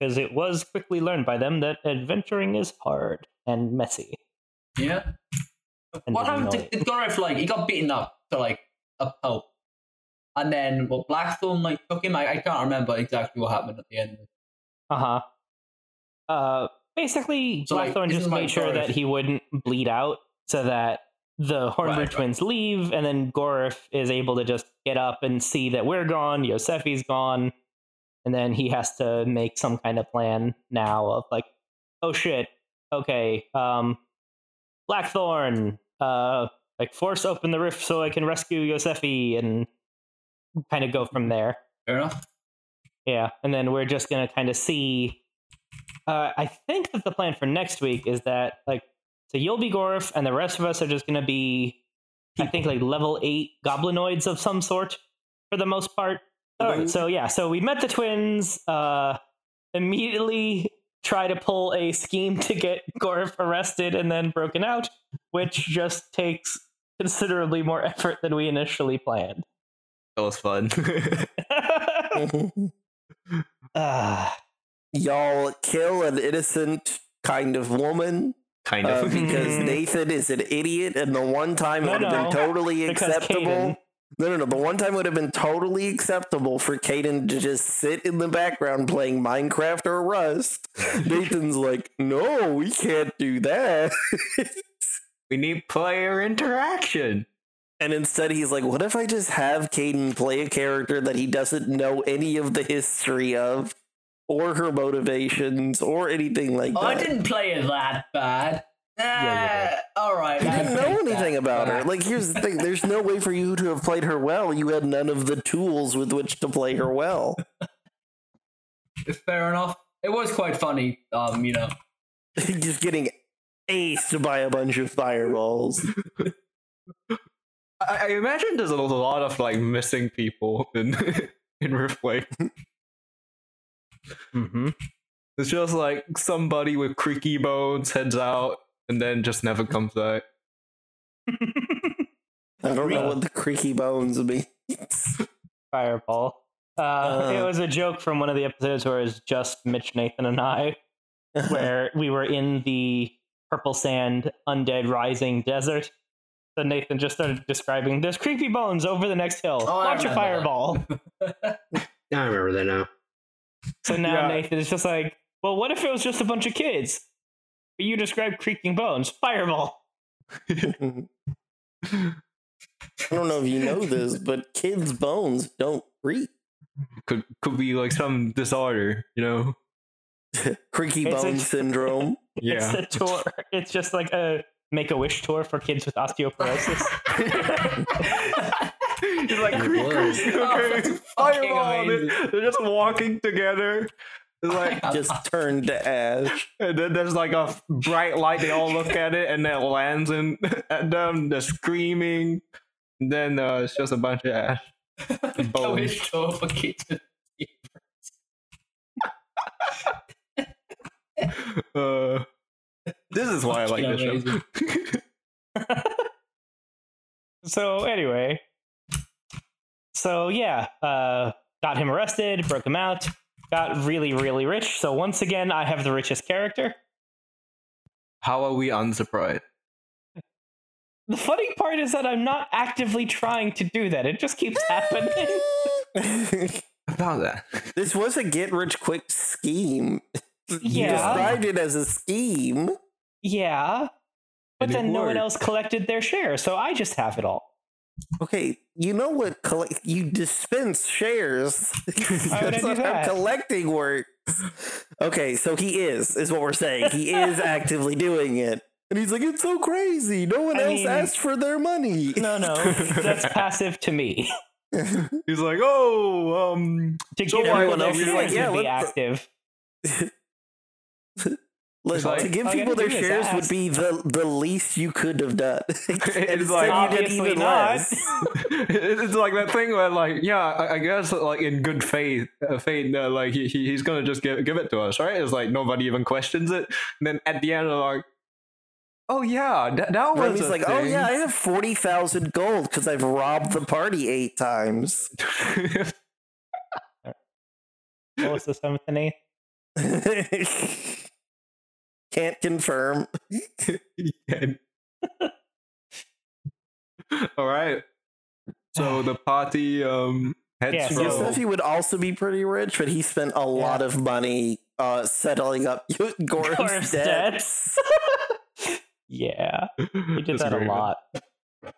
S4: Because it was quickly learned by them that adventuring is hard and messy.
S2: Yeah.
S4: And
S2: What
S4: didn't
S2: happened
S4: know
S2: to
S4: it.
S2: did Goref like he got beaten up to like a pulp. And then well Blackthorn like took him. I, I can't remember exactly what happened at the end.
S4: Uh-huh. Uh basically
S2: So, like,
S4: Blackthorn just
S2: isn't, like,
S4: made sure that
S2: Goref-
S4: he wouldn't bleed out so that the Hornbird
S2: Right, right.
S4: twins leave and then Gorf is able to just get up and see that we're gone, Yosefi's gone, and then he has to make some kind of plan now of like, oh shit, okay, um Blackthorn, uh like force open the rift so I can rescue Yosefi and kind of go from there.
S2: Fair enough.
S4: Yeah, and then we're just gonna kind of see. Uh, I think that the plan for next week is that like, so you'll be Gorf, and the rest of us are just gonna be, I think like level eight goblinoids of some sort, for the most part. All right, so yeah, so we met the twins. Uh, immediately try to pull a scheme to get Gorf arrested and then broken out, which just takes considerably more effort than we initially planned.
S1: That was fun.
S4: Ah.
S3: Y'all kill an innocent kind of woman
S1: kind
S3: uh,
S1: of.
S3: because
S4: Mhm.
S3: Nathan is an idiot, and the one time
S4: No,
S3: it would have been
S4: no,
S3: totally
S4: because
S3: acceptable.
S4: Caden-
S3: No, no, no. The one time it would have been totally acceptable for Caden to just sit in the background playing Minecraft or Rust. Nathan's like, no, we can't do that.
S1: we need player interaction.
S3: And instead, he's like, what if I just have Caden play a character that he doesn't know any of the history of or her motivations or anything like
S2: Oh, I
S3: that?
S2: didn't play it that bad.
S4: Yeah, you did.
S2: Ah, all right.
S3: You
S2: I
S3: didn't know
S2: take that
S3: anything about her.
S2: back.
S3: Like, here's the thing there's no way for you to have played her well. You had none of the tools with which to play her well.
S2: Fair enough. It was quite funny. Um, you know,
S3: just getting aced by a bunch of fireballs.
S1: I, I imagine there's a lot of like missing people in in Riftway.
S4: hmm
S1: It's just like somebody with creaky bones heads out and then just never comes back.
S3: I don't know
S4: Uh,
S3: what the creaky bones means.
S4: Fireball. Uh,
S3: Uh.
S4: it was a joke from one of the episodes where it's just Mitch, Nathan, and I, where we were in the purple sand, undead rising desert. So Nathan just started describing there's creepy bones over the next hill.
S2: Oh, I
S4: Watch a
S2: remember that.
S4: fireball.
S5: I remember that now.
S4: So
S1: Yeah.
S4: now Nathan is just like, well, what if it was just a bunch of kids? But you described creaking bones. Fireball.
S3: I don't know if you know this, but kids' bones don't creak.
S1: Could could be like some disorder, you know?
S3: Creaky
S4: It's a-
S3: bone syndrome.
S1: Yeah.
S4: It's a tour. It's just like a make a wish tour for kids with osteoporosis.
S1: It's like
S5: It
S1: creak,
S5: was.
S1: creak,
S2: Oh,
S1: okay,
S2: that's fucking
S1: fireball. They're,
S2: amazing.
S1: they're just walking together. It's like
S3: Just turned to ash.
S1: and then there's like a bright light. They all look at it and it lands in at them. They're screaming. And then uh, it's just a bunch of ash.
S2: I wish to for kids.
S1: Uh, this is why I like this show.
S2: Amazing.
S4: so anyway so yeah uh got him arrested broke him out got really really rich so once again i have the richest character
S1: How are we unsurprised?
S4: the funny part is that i'm not actively trying to do that it just keeps happening
S1: About that.
S3: this was a get rich quick scheme. You
S4: Yeah.
S3: described it as a scheme.
S4: yeah but
S1: And it
S4: then no one
S1: worked.
S4: else collected their share so i just have it all
S3: Okay, you know what? Collect you dispense shares.
S4: I
S3: That's
S4: do
S3: not
S4: that?
S3: how collecting works. Okay, so he is is what we're saying. He is actively doing it, and he's like, "It's so crazy. No one
S4: I
S3: else
S4: mean-
S3: asked for their money."
S4: no no that's passive to me
S1: He's like, oh, um,
S4: to
S1: So
S4: give
S1: why
S4: everyone
S1: would
S4: their
S1: I be like,
S4: shares
S3: yeah,
S4: would be
S3: let's-
S4: active
S3: Like,
S1: like-
S3: to give
S4: All you
S3: people
S4: gotta
S3: their
S4: do is
S3: shares would
S4: ask.
S3: be the the least you could have done.
S1: It's
S3: Instead,
S1: like-
S4: Obviously not.
S1: It- it's like that thing where, like, yeah, I, I guess, like, in good faith, uh, faith, uh, like, he, he- he's gonna just give, give it to us, right? It's like nobody even questions it. And then at the end, they're like, Oh yeah, that, that was
S3: Remy's
S1: a
S3: like, oh
S1: thing.
S3: yeah, I have forty thousand gold because I've robbed the party eight times.
S4: What was the seventh and eighth?
S3: Can't confirm.
S1: All right. So the party um heads
S4: Yeah, so-
S1: from.
S3: Yosefi would also be pretty rich, but he spent a lot of money uh, settling up Gorham's
S4: Gorham's
S3: debt.
S4: debts. yeah, we did
S1: That's
S4: that a
S1: very good.
S4: lot.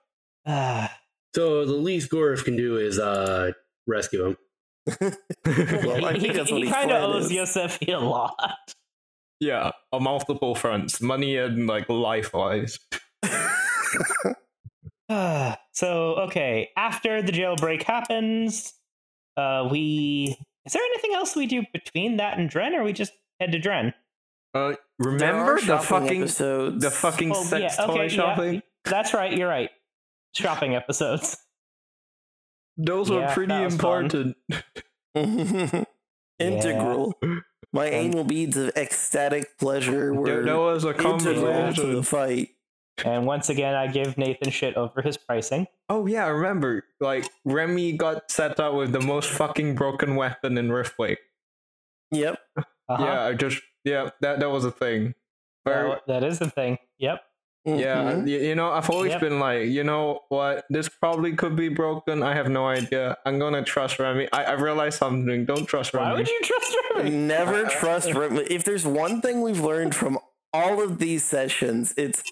S4: Ah,
S5: So the least Gorif can do is uh rescue him.
S3: Well, I
S4: he
S3: think that's what his
S4: kind of
S3: plan
S4: owes
S3: is.
S4: Yosefi a lot.
S1: yeah, on multiple fronts, money and like life wise.
S4: Ah, so okay, after the jailbreak happens, uh, we is there anything else we do between that and Dren, or we just head to Dren?
S1: Uh,
S3: There are
S1: remember the
S3: shopping
S1: fucking
S3: episodes.
S1: the fucking
S4: Oh,
S1: sex
S4: yeah, okay,
S1: toy
S4: yeah.
S1: shopping?
S4: That's right, you're right. Shopping episodes.
S1: Those were
S4: Yeah,
S1: pretty
S4: that was fun.
S1: important.
S3: integral. My anal beads of ecstatic pleasure
S1: There,
S3: were
S1: there was a
S3: integral to
S1: conversation.
S3: the fight.
S4: And once again, I give Nathan shit over his pricing.
S1: Oh yeah, I remember. Like Remy got set up with the most fucking broken weapon in Riftwake.
S3: Yep.
S4: Uh-huh.
S1: Yeah, I just yeah, that that was a thing. Where-
S4: That- that is the thing. Yep.
S1: yeah,
S3: Mhm.
S1: y- you know, I've always
S4: Yep.
S1: been like, you know what, this probably could be broken. I have no idea. I'm gonna trust Remy. I, I realized something. Don't trust Remy.
S4: Why would you trust Remy?
S3: Mm-hmm. Never trust. Rem- If there's one thing we've learned from all of these sessions, it's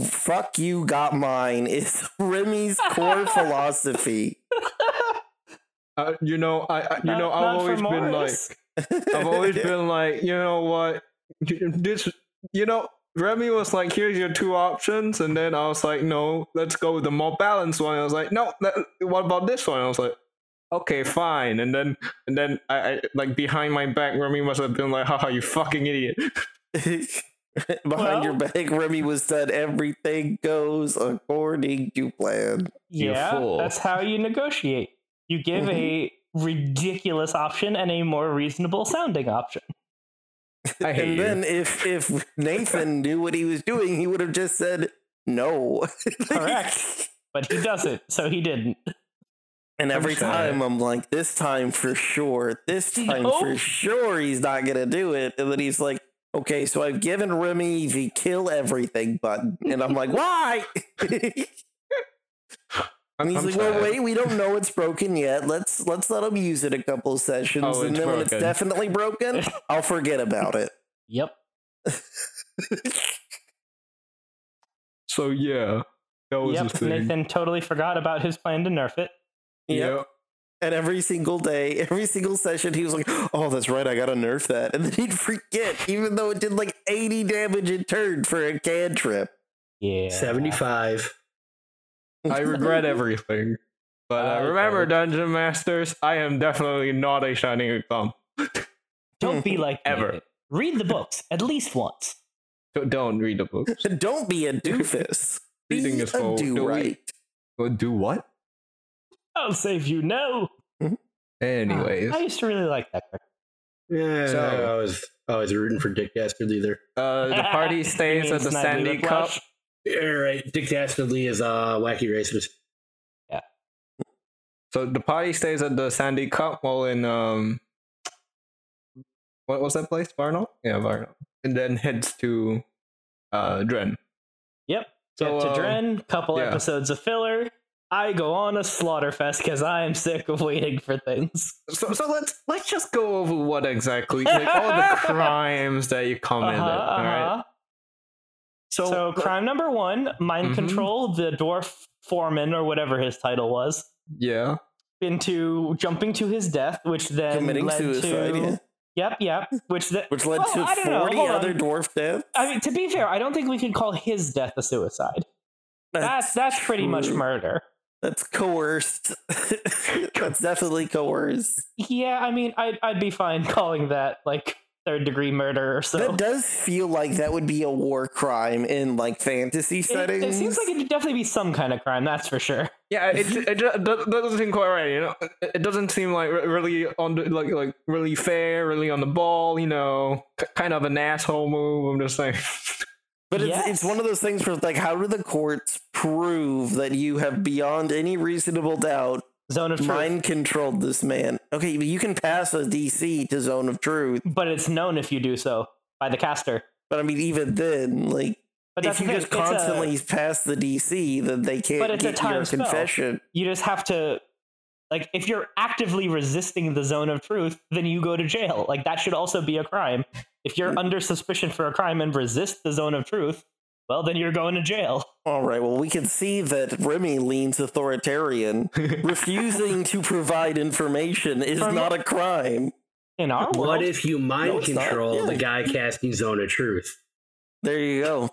S3: fuck you got mine is Remy's core philosophy.
S1: Uh, you know, I, I you
S4: Not-
S1: know,
S4: not
S1: I've
S4: for
S1: always been like,
S4: Morris.
S1: I've always been like, you know what, this, you know, Remy was like, here's your two options, and then I was like, no, let's go with the more balanced one. I was like, no, that, what about this one? I was like, okay, fine, and then and then I, I like behind my back, Remy must have been like, haha, you fucking idiot.
S3: Behind
S4: Well-
S3: your back, Remy was done. Everything goes according to plan.
S1: You
S4: Yeah,
S1: fool.
S4: that's how you negotiate. You give
S1: Mm-hmm.
S4: a ridiculous option and a more reasonable sounding option.
S1: I hate
S3: and
S1: you.
S3: then if if Nathan knew what he was doing, he would have just said no.
S4: Correct. But he doesn't, so he didn't.
S3: And every
S1: sure.
S3: time I'm like, this time for sure, this time for
S4: Nope.
S3: sure he's not gonna do it. And then he's like, okay, so I've given Remy the kill everything button. And I'm like, why? and
S1: I'm-
S3: he's
S1: I'm
S3: like,
S1: sad.
S3: well, wait, we don't know it's broken yet. Let's let's let him use it a couple sessions,
S1: Oh,
S3: and
S1: it's
S3: then when it's
S1: broken.
S3: definitely broken, I'll forget about it.
S4: Yep.
S1: So yeah, that was
S4: Yep.
S1: the thing.
S4: Nathan totally forgot about his plan to nerf it.
S3: Yep. And every single day, every single session, he was like, "Oh, that's right, I gotta nerf that," and then he'd forget, even though it did like eighty damage in turn for a cantrip.
S4: Yeah.
S5: 75.
S1: I regret everything. But uh,
S4: Okay.
S1: remember, Dungeon Masters, I am definitely not a shining example.
S4: Don't be like
S1: Ever.
S4: Nathan. Read the books at least once.
S1: Don't- Don't read the books.
S3: Don't be a doofus. Be
S1: Reading
S3: a
S1: is for-
S3: do right.
S1: Well, Do what?
S4: I'll save you. No.
S1: Anyways,
S4: I used to really like that. Character.
S5: Yeah,
S1: So-
S5: I was always rooting for Dick Dastardly there.
S1: uh, the party
S4: You
S1: stays
S4: mean
S1: at the
S4: Snidely
S1: Sandy Cup.
S4: Whiplash?
S5: All right, Dick Dastardly is uh wacky racist.
S1: So the party stays at the Sandy Cup while in um, what was that place? Varnall? Yeah, Varnall. And then heads to uh Dren.
S4: Yep.
S1: So
S4: Get to
S1: uh,
S4: Dren, couple
S1: yeah.
S4: episodes of filler. I go on a slaughter fest because I am sick of waiting for things.
S1: so so let's let's just go over what exactly like all the crimes that you committed.
S4: Uh-huh,
S1: all right.
S4: uh-huh. So, crime number one, mind
S1: Mhm.
S4: control the dwarf foreman or whatever his title was
S1: Yeah.
S4: into jumping to his death, which then
S3: Committing
S4: led
S3: suicide,
S4: to
S3: yeah.
S4: yep, yep, which the,
S3: which led
S4: Well, I
S3: to
S4: don't know,
S3: forty
S4: hold on.
S3: other dwarf deaths.
S4: I mean, to be fair, I don't think we can call his death a suicide. That's that's pretty much
S3: true.
S4: murder.
S3: That's coerced. that's definitely coerced.
S4: Yeah, I mean, I'd I'd be fine calling that like third degree murder or so.
S3: That does feel like that would be a war crime in like fantasy
S4: it,
S3: settings.
S4: it seems like it'd definitely be some kind of crime, that's for sure.
S1: Yeah, it, it, ju- that that doesn't seem quite right. You know, it, it doesn't seem like re- really on the, like like really fair, really on the ball. You know, K- kind of an asshole move. I'm just saying.
S3: But it's,
S4: Yes.
S3: it's one of those things where it's like, how do the courts prove that you have beyond any reasonable doubt
S4: Zone of truth.
S3: mind controlled this man? Okay, but you can pass a DC to Zone of Truth,
S4: But it's known if you do so by the caster.
S3: but I mean, even then, like,
S4: But
S3: if
S4: that's
S3: you
S4: the thing,
S3: just
S4: it's a-
S3: constantly pass the DC, then they can't
S4: But it's a
S3: get your
S4: time spell.
S3: confession.
S4: you just have to like if you're actively resisting the zone of truth then you go to jail like that should also be a crime if you're under suspicion for a crime and resist the zone of truth well then you're going to jail
S3: All right, well, we can see that Remy leans authoritarian. Refusing to provide information is
S4: From-
S3: not a crime.
S4: in our world
S5: What if you mind
S3: No, it's not.
S5: control
S3: Yeah.
S5: the guy casting Zone of Truth?
S3: There you go.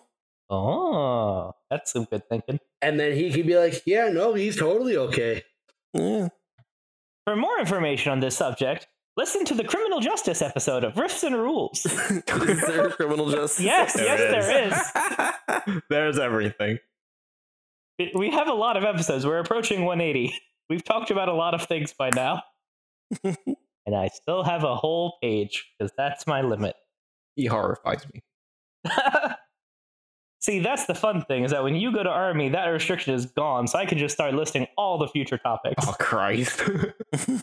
S4: oh that's some good thinking
S5: And then he could be like, yeah, no, he's totally okay.
S3: Yeah.
S4: for more information on this subject listen to the criminal justice episode of riffs and rules
S3: is there criminal justice?
S4: yes
S1: There
S4: yes
S1: it is.
S4: there is
S1: There's everything.
S4: It- we have a lot of episodes we're approaching 180 we've talked about a lot of things by now and i still have a whole page because that's my limit
S1: He horrifies me.
S4: See, that's the fun thing is that when you go to army, that restriction is gone, so I can just start listing all the future topics.
S1: Oh Christ!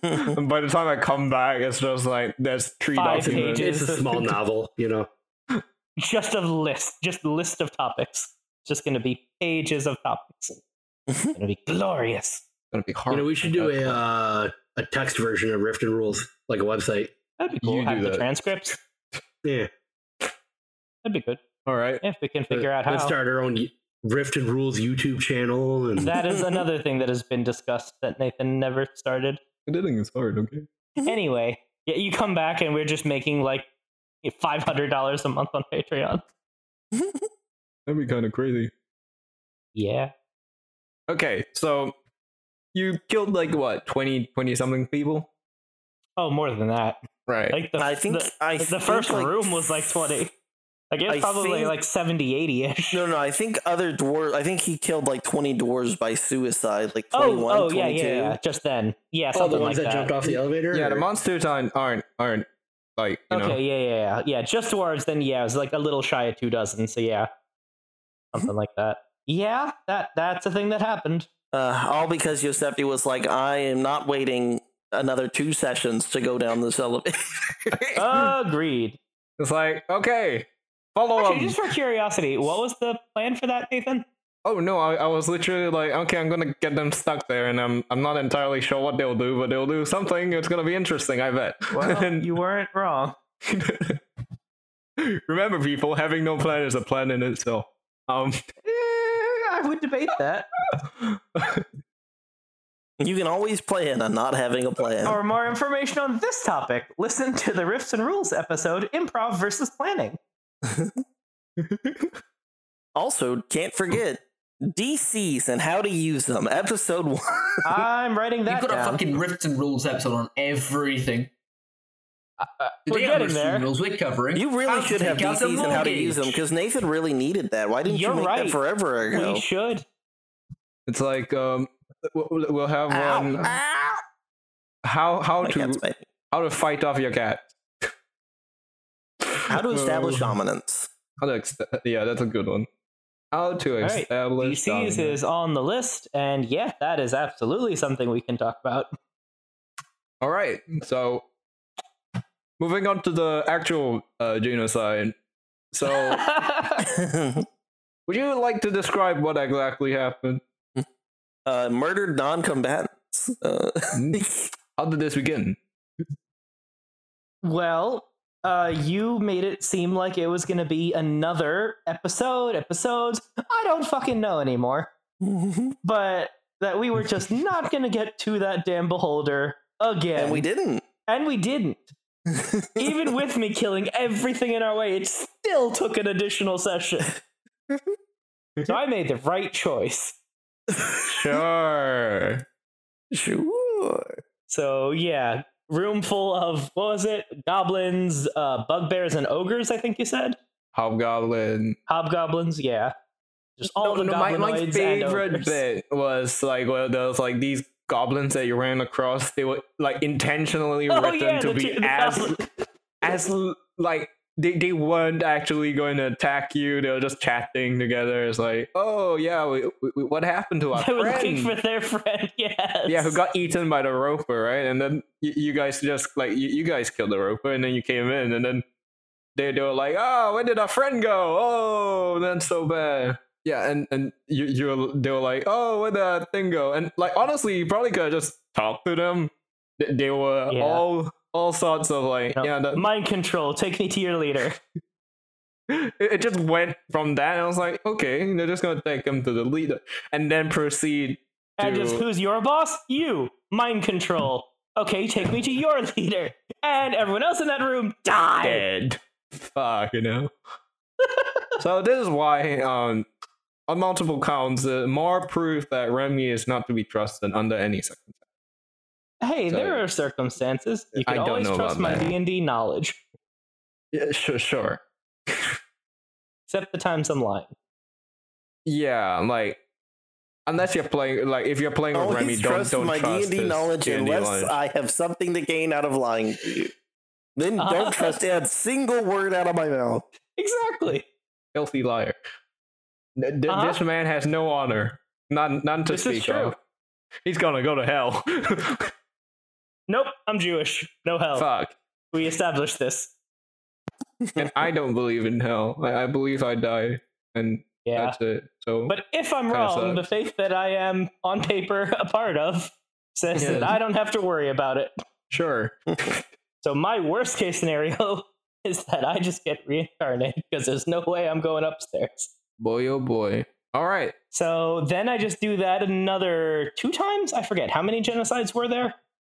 S1: and by the time I come back, it's just like there's three
S4: Five
S1: documents.
S4: pages.
S5: It's a small novel, you know.
S4: Just a list, just list of topics. Just going to be pages of topics. It's going to be glorious.
S1: It's gonna be
S5: You
S1: hard.
S5: know, we should do a uh, a text version of Rift and Rules, like a website.
S4: That'd be cool.
S1: You
S4: Have
S1: do
S4: the
S1: that.
S4: transcripts.
S5: Yeah,
S4: That'd be good
S1: All right.
S4: if we can figure out
S5: Let's
S4: how.
S5: start our own y- Rift and Rules YouTube channel, and
S4: That is another thing that has been discussed that Nathan never started.
S3: Mm-hmm.
S1: Editing is hard. Okay.
S4: anyway, yeah, you come back and we're just making like five hundred dollars a month on Patreon.
S1: That'd be kind of crazy.
S4: Yeah,
S1: Okay, so you killed like what 20, 20 something people,
S4: oh, more than that.
S1: right?
S4: Like the
S3: I think
S4: the,
S3: I
S4: the
S3: think,
S4: first
S3: like,
S4: room was like twenty. Like it's
S3: I
S4: probably
S3: think-
S4: like 70, 80 ish.
S3: No, no, I think other dwarves. I think he killed like twenty dwarves by suicide, like
S4: Oh,
S3: 21,
S4: oh yeah,
S3: 22.
S4: yeah, yeah, just then. Yeah,
S5: all the
S4: something
S5: ones
S4: like
S5: that,
S4: that.
S5: jumped off the elevator.
S1: yeah, the
S5: or-
S1: monster time aren't aren't like you know.
S4: okay, yeah, yeah, yeah, yeah. Just towards then, yeah, it was like a little shy of two dozen. So yeah, something
S3: Mm-hmm.
S4: like that. Yeah, that that's a thing that happened.
S3: Uh, all because Yosefi was like, I am not waiting another two sessions to go down this elevator.
S4: Agreed.
S1: It's like okay, follow
S4: Actually,
S1: up.
S4: just for curiosity, what was the plan for that, Nathan?
S1: Oh no, I, I was literally like, okay, I'm gonna get them stuck there, and I'm I'm not entirely sure what they'll do, but they'll do something. It's gonna be interesting, I bet.
S4: Well,
S1: And-
S4: you weren't wrong.
S1: remember, people, having no plan is a plan in itself. Um,
S4: I would debate that.
S3: you can always plan on not having a plan.
S4: For more information on this topic, listen to the Riffs and Rules episode Improv versus Planning.
S3: Also, can't forget DCs and how to use them. Episode one.
S4: I'm writing
S2: You've
S4: that
S2: got a
S4: down.
S2: fucking Rifts and Rules episode on everything.
S4: We're
S2: Today on
S4: getting
S2: Rifts and
S4: there.
S2: Rules, we're covering.
S3: You really
S2: how
S3: should have
S2: take out a
S3: DCs and how to
S2: mortgage.
S3: use them because Nathan really needed that. Why didn't
S4: You're
S3: you make
S4: right.
S3: that forever ago?
S4: We should.
S1: it's like um, we'll, we'll have
S3: Ow,
S1: one uh,
S3: ow.
S1: how how
S3: My cat's
S1: to
S3: biting.
S1: how to fight off your cat.
S3: How to establish dominance.
S1: How to ex- yeah, that's a good one. How to
S4: right,
S1: establish
S4: DCs
S1: dominance.
S4: is on the list, and yeah, that is absolutely something we can talk about.
S1: All right, so moving on to the actual uh, genocide. So, would you like to describe what exactly happened?
S3: uh, murdered non-combatants. Uh,
S1: Hmm? How did this begin?
S4: Well, uh, you made it seem like it was going to be another episode, episodes. I don't fucking know anymore.
S3: and
S4: But that we were just not going to get to that damn beholder again.
S3: we didn't.
S4: And we didn't. Even with me killing everything in our way, it still took an additional session. so I made the right choice.
S1: Sure.
S3: sure.
S4: So yeah, room full of what was it? Goblins, uh, bugbears, and ogres. I think you said
S1: Hobgoblin.
S4: hobgoblins. Yeah, just all
S1: No,
S4: the
S1: no, my,
S4: goblinoids
S1: my
S4: and
S1: favorite
S4: ogres.
S1: bit was like well, there was like these goblins that you ran across. They were like intentionally
S4: Oh
S1: written
S4: yeah,
S1: to
S4: the
S1: be
S4: two- the
S1: as
S4: goblin-
S1: as like they, they weren't actually going to attack you. They were just chatting together. It's like, oh yeah, we, we, we- what happened to our
S4: They were looking
S1: friend?
S4: for their friend. Yes.
S1: yeah, who got eaten by the roper, right? And then you, you guys just like you, you guys killed the roper, and then you came in, and then they they were like, oh, where did our friend go? Oh, that's so bad. Yeah, and and you you were, they were like, oh, where the thing go? And like honestly, you probably could have just talked to them. They, they were
S4: Yeah.
S1: all all sorts of like,
S4: No,
S1: yeah, that,
S4: mind control. Take me to your leader.
S1: it, it just went from that. And I was like, okay, they're just gonna take him to the leader, and then proceed.
S4: And just
S1: Dude.
S4: who's your boss? You. Mind control. Okay, take me to your leader. And everyone else in that room die.
S1: dead. Fuck, you know. so this is why, um, on multiple counts, uh, more proof that Remy is not to be trusted under any circumstance.
S4: Hey,
S1: So-
S4: there are circumstances. You
S1: I
S4: can
S1: don't
S4: always
S1: know
S4: trust
S1: about
S4: my
S1: that.
S4: D and D knowledge,
S1: Yeah, sure, sure.
S4: except the times I'm lying.
S1: Yeah, like unless you're playing, like if you're playing with Remy,
S3: Always
S1: don't
S3: trust
S1: don't
S3: my
S1: trust
S3: D&D
S1: his
S3: knowledge
S1: D&D
S3: unless
S1: knowledge. uh,
S3: I have something to gain out of lying to you. Then
S4: Uh-huh.
S3: don't trust a single word out of my mouth.
S4: Exactly.
S1: filthy liar. Th- th-
S4: Uh-huh.
S1: This man has no honor, none none to
S4: This is
S1: speak
S4: true.
S1: of. He's gonna go to hell.
S4: Nope, I'm Jewish. No hell.
S1: Fuck.
S4: We established this.
S1: And I don't believe in hell. I, I believe I die, and
S4: Yeah.
S1: that's it. So
S4: But if I'm
S1: Kinda
S4: wrong, the
S1: sucks.
S4: faith that I am on paper a part of says that
S1: Yeah.
S4: I don't have to worry about it.
S1: sure.
S4: So my worst case scenario is that I just get reincarnated because there's no way I'm going upstairs.
S1: Boy, oh boy. All right.
S4: So then I just do that another two times. I forget how many genocides were there.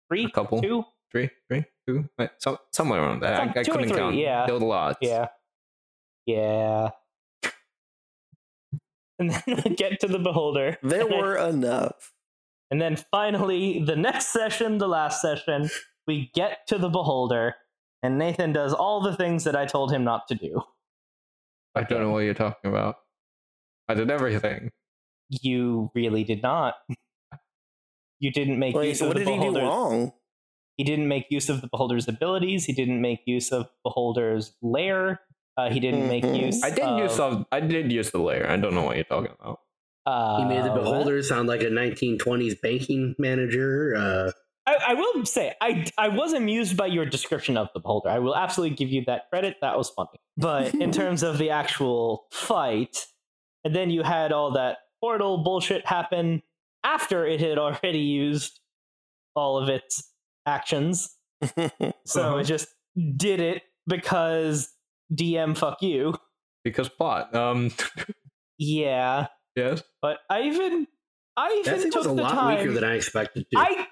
S4: Three,
S1: A couple.
S4: two,
S1: Three, three, two, like, so, somewhere around that.
S4: Some-
S1: I, I
S4: two or
S1: couldn't
S4: three,
S1: count.
S4: yeah.
S1: There were lots.
S4: yeah, yeah. And then we get to the beholder.
S3: There
S4: And I-
S3: were enough.
S4: And then finally, the next session, the last session, we get to the beholder, and Nathan does all the things that I told him not to do.
S1: I don't know what you're talking about. I did everything.
S4: You really did not. You didn't make
S3: Wait,
S4: use
S3: so
S4: of
S3: what
S4: the
S3: did he do
S4: beholder's.
S3: wrong?
S4: He didn't make use of the beholder's abilities. He didn't make use of beholder's lair. Uh, he didn't make
S3: Mhm.
S4: use.
S1: I did
S4: of,
S1: use some. I did use the layer. I don't know what you're talking about.
S4: Uh,
S5: He made the
S4: what?
S5: beholder sound like a 1920s banking manager. Uh,
S4: I, I will say I I was amused by your description of the beholder. I will absolutely give you that credit. That was funny. But in terms of the actual fight, and then you had all that portal bullshit happen after it had already used all of its actions. So
S1: Uh-huh.
S4: it just did it because DM fuck you.
S1: Because plot. Um.
S4: Yeah.
S1: yes.
S4: But I even I even
S5: that thing
S4: took
S5: was a
S4: the
S5: lot
S4: time
S5: weaker than I expected. To.
S4: I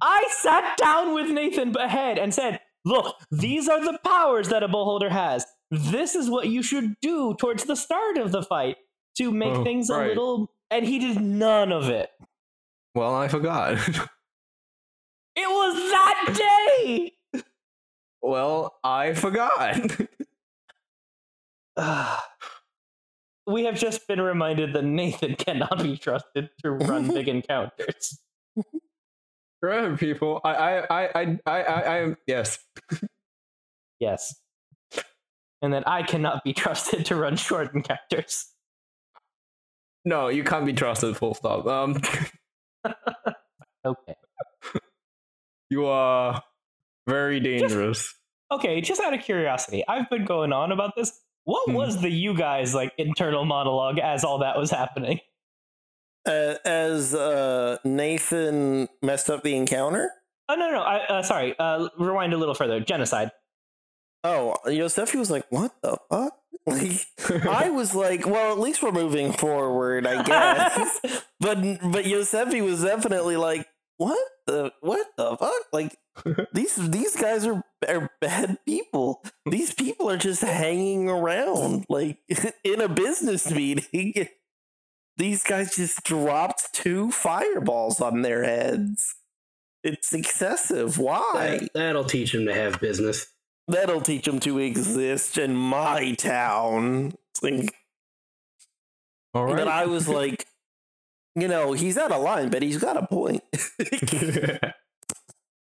S4: I sat down with Nathan ahead and said, "Look, these are the powers that a beholder has. This is what you should do towards the start of the fight to make
S1: Oh,
S4: things a
S1: right.
S4: little." And he did none of it.
S1: Well, I forgot.
S4: It was that day.
S1: well, I forgot.
S4: Ugh. we have just been reminded that Nathan cannot be trusted to run big encounters.
S1: Remember, people. I. I. I. I. I. I. I yes.
S4: Yes. And that I cannot be trusted to run short encounters.
S1: No, you can't be trusted. Full stop. Um.
S4: Okay.
S1: You are very dangerous.
S4: okay, just out of curiosity, I've been going on about this. What
S1: Hmm.
S4: was the you guys like internal monologue as all that was happening?
S3: Uh, as uh, Nathan messed up the encounter?
S4: Oh no, no, I, uh, sorry. Uh, rewind a little further. Genocide.
S3: Oh, Yosefi was like, what the fuck? Like, I was like, well, at least we're moving forward, I guess. but but Yosefi was definitely like, what the what the fuck? Like these these guys are are bad people. These people are just hanging around like in a business meeting. These guys just dropped two fireballs on their heads. It's excessive. Why?
S5: that, that'll teach him to have business.
S3: That'll teach them to exist in my town. It's like-
S1: All right.
S3: But I was like, you know, he's out of line, but he's got a point.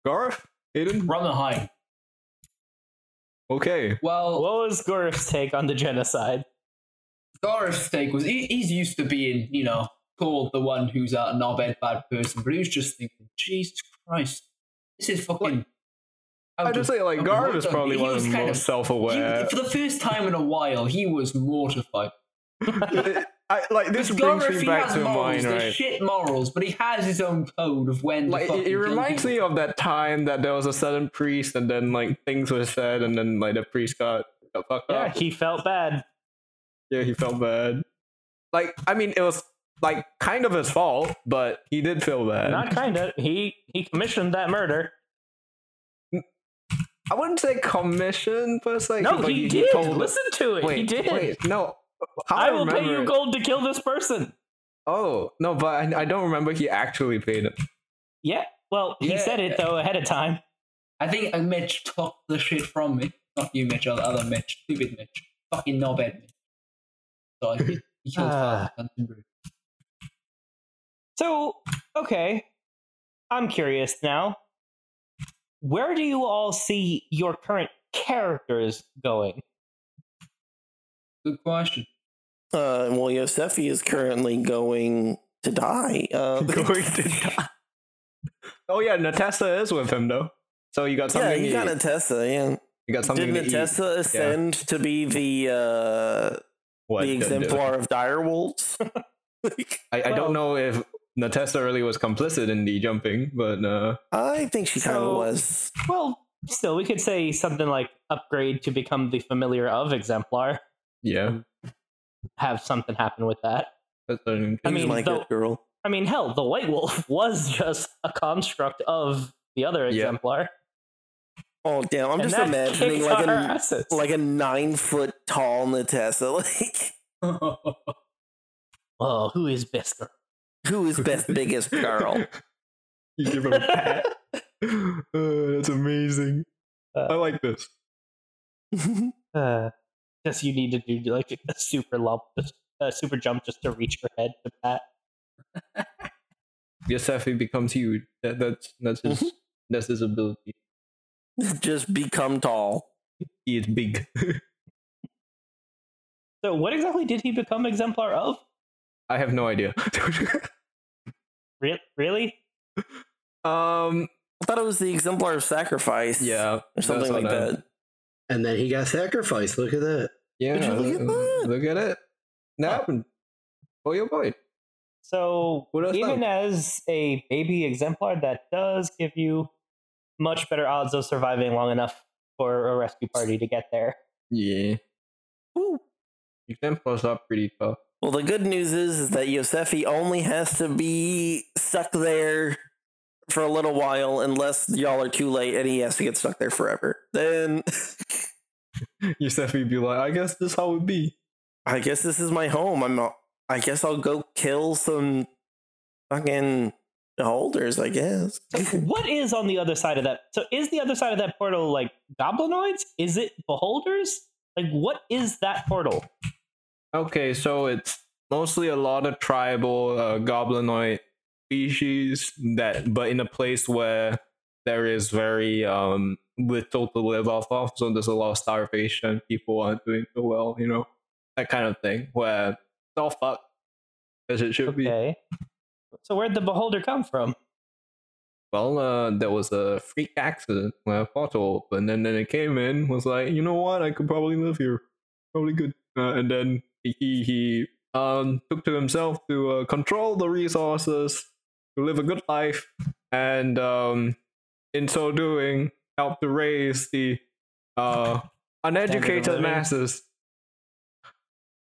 S1: Garth, Aiden,
S2: Run the high.
S1: Okay.
S2: Well,
S4: What was Gorif's take on the genocide?
S2: Gareth's take was he, he's used to being, you know, called the one who's a knobhead bad person, but he was just thinking, Jesus Christ, this is fucking.
S1: I just say like Garv is probably one of the most self-aware.
S2: for the first time in a while, he was mortified.
S1: I, like this brings
S2: Gareth,
S1: me
S2: he
S1: back
S2: has
S1: to
S2: morals,
S1: mine,
S2: they're
S1: right?
S2: shit morals, but he has his own code of when. to
S1: Like
S2: fucking
S1: it, it
S2: kill
S1: reminds
S2: people.
S1: me of that time that there was a sudden priest, and then like things were said, and then like the priest got, got fucked
S4: Yeah,
S1: up.
S4: he felt bad.
S1: Yeah, he felt bad. Like I mean, it was like kind of his fault, but he did feel bad.
S4: Not kinda. He he commissioned that murder.
S1: I wouldn't say commission per se.
S4: No,
S1: but
S4: he, did.
S1: told-
S4: Listen to it.
S1: Wait,
S4: he did.
S1: Wait, no. How
S4: I will pay
S1: remember
S4: you
S1: it-
S4: gold to kill this person.
S1: Oh no, but I, I don't remember he actually paid it.
S4: Yeah. Well, he
S2: Yeah.
S4: said it though ahead of time.
S2: I think uh, Mitch took the shit from me. Not you, Mitch, other, other Mitch. Stupid Mitch. Fucking knobhead Mitch. So I think he killed
S4: Ah.
S2: five cunts in Bruges.
S4: So, okay. I'm curious now. Where do you all see your current characters going?
S2: Good question.
S3: Uh, well, Yosefi is currently going to die. Uh,
S1: Going to die. Oh yeah, Natessa is with him though. So you got
S3: yeah,
S1: something.
S3: you
S1: to
S3: got
S1: eat.
S3: Natessa. Yeah,
S1: You got something.
S3: did
S1: to eat.
S3: Natessa ascend to be the uh,
S1: What
S3: the
S1: to do.
S3: exemplar of direwolves?
S1: I, I
S4: Well-
S1: don't know if Natessa really was complicit in the jumping, but uh,
S3: I think she kind of
S4: So-
S3: was.
S4: Well, still, we could say something like upgrade to become the familiar of exemplar.
S1: yeah,
S4: Have something happen with that.
S1: that's an
S4: I
S3: She was
S4: mean,
S3: my
S4: though-
S3: good girl.
S4: I mean, hell, the White Wolf was just a construct of the other
S1: Yeah.
S4: exemplar.
S3: Oh damn! I'm
S4: and
S3: just
S4: that
S3: imagining
S4: kicks
S3: like
S4: our
S3: a
S4: asses.
S3: like a nine foot tall Natessa. Like
S4: oh, who is Bisker?
S3: who is Beth's biggest girl?
S1: you give him a pat. Uh, that's amazing.
S4: Uh,
S1: I like this.
S4: Uh, guess you need to do like a super lump, a super jump just to reach her head to pat.
S1: Yosefi becomes huge. That, that's that's
S3: Mm-hmm.
S1: his that's his ability.
S3: just become tall.
S1: He is big.
S4: So, what exactly did he become exemplar of?
S1: I have no idea.
S4: Re- really?
S1: um.
S3: I thought it was the exemplar of sacrifice.
S1: Yeah.
S3: or something
S1: that's
S3: like
S1: what I-
S3: that.
S5: And then he got sacrificed. Look at that.
S1: Yeah. uh,
S3: Would you look at that?
S1: Look at it. That happened. Boy, oh boy.
S4: So,
S1: What else
S4: even as a baby exemplar, that does give you much better odds of surviving long enough for a rescue party to get there.
S1: Yeah.
S3: Woo.
S1: Exemplars are pretty tough.
S3: Well, the good news is, is that Yosefi only has to be stuck there for a little while, unless y'all are too late and he has to get stuck there forever. Then
S1: Yosefi be like, I guess this how it be.
S3: I guess this is my home. I'm. a- I guess I'll go kill some fucking holders. I guess.
S4: So what is on the other side of that? So is the other side of that portal like goblinoids? Is it beholders? Like what is that portal?
S1: Okay, so it's mostly a lot of tribal uh, goblinoid species that, but in a place where there is very um little to live off of, so there's a lot of starvation. People aren't doing so well, you know, that kind of thing. Where it's all fucked as it should be.
S4: Okay. So where'd the beholder come from?
S1: Well, uh, there was a freak accident where a portal opened, and then it came in, was like, you know what, I could probably live here, probably good. Uh, and then he he he, um took to himself to uh, control the resources, to live a good life, and um, in so doing, helped to raise the uh
S4: Standard
S1: uneducated
S4: of living.
S1: masses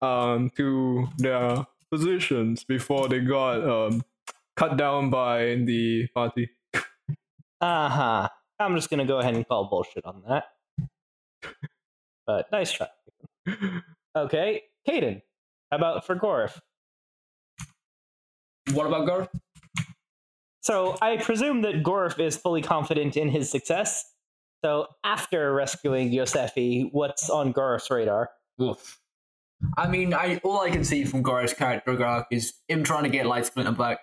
S1: um to their positions before they got um cut down by the party.
S4: Uh-huh. I'm just gonna go ahead and call bullshit on that. But nice try. Okay. Caden, how about for Gorf?
S2: what about Gareth?
S4: So I presume that Gorf is fully confident in his success. So after rescuing Yosefi, what's on Gorf's radar?
S2: Oof. I mean, I all I can see from Gareth's character arc is him trying to get Light Splinter back,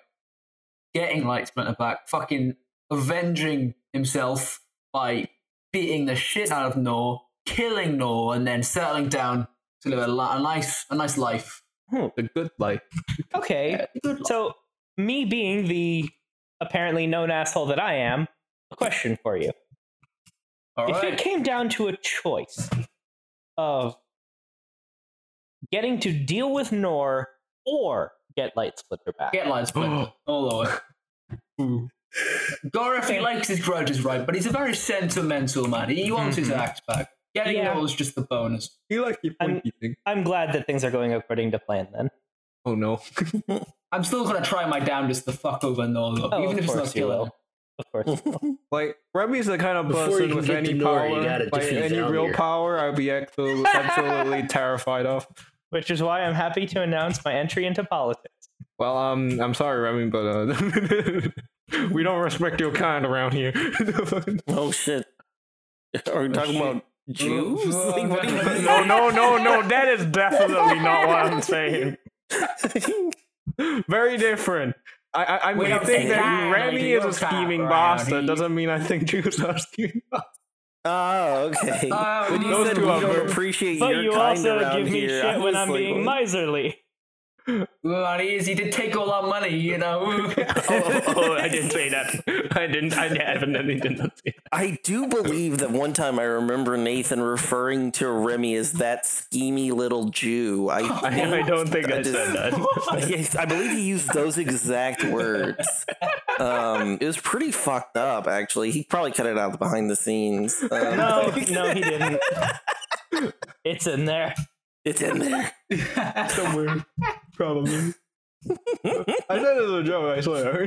S2: getting Light Splinter back, fucking avenging himself by beating the shit out of Nor, killing Nor and then settling down to live a, li- a nice a nice life.
S1: The good life.
S4: Okay.
S2: Yeah, good life.
S4: So, me being the apparently known asshole that I am, a question for you.
S2: All
S4: if it
S2: right.
S4: came down to a choice of getting to deal with Nor or get Light Splitter back,
S2: Get light split all the way. Gareth, he likes his grudges, right? But he's a very sentimental man. He wants his
S1: Mhm.
S2: axe back. Getting
S4: Yeah.
S2: Mm-hmm. yeah. Nor's just the bonus.
S1: You like your
S4: I'm-
S1: pointy thing.
S4: I'm glad that things are going according to plan then.
S1: Oh no.
S2: I'm still gonna try my damnedest to fuck over Nor, though,
S4: Oh,
S2: even
S4: of
S2: if it's not
S4: course you
S2: killing.
S4: will.
S2: him.
S4: Of course.
S1: Like Remy's the kind of
S5: Before you
S1: person
S5: can
S1: with
S5: get
S1: any
S5: to
S1: power,
S5: Nori, you gotta
S1: like
S5: defeat
S1: any real
S5: Valmir.
S1: power, I'd be absolutely, absolutely terrified of.
S4: Which is why I'm happy to announce my entry into politics.
S1: Well, um, I'm sorry, Remy, but uh, we don't respect your kind around here.
S3: Oh shit. Are we talking about Jews? Like, what do you-
S1: no, no, no, no. That is definitely not what I'm saying. Very different. I, I, I,
S2: We
S1: mean, I
S2: don't
S1: think
S2: think
S1: that
S2: that.
S1: Remy
S2: We
S1: is a
S2: don't talk
S1: scheming
S2: around
S1: bastard.
S2: here.
S1: Doesn't mean I think Jews are scheming bastards.
S3: Ah, okay.
S2: Uh,
S3: when you
S1: those
S3: said
S1: two
S3: we
S1: are
S3: don't
S1: very-
S3: appreciate
S4: But
S3: your
S4: you
S3: kind
S4: also
S3: around
S4: give me
S3: here, I
S4: shit
S3: was
S4: when I'm
S3: like,
S4: being
S3: what?
S4: miserly.
S2: Well, he, is, he did take all our money, you know.
S1: Oh,
S3: Oh,
S1: I didn't say that. I didn't. I definitely did not say
S3: I do believe that one time I remember Nathan referring to Remy as that schemy little Jew. I,
S1: I, I don't think I, said that.
S3: Yes, I believe he used those exact words. Um, it was pretty fucked up, actually. He probably cut it out behind the scenes. Um,
S4: No, no, he didn't. It's in there.
S3: It's in there.
S1: Somewhere, probably. I said it as a joke. I swear.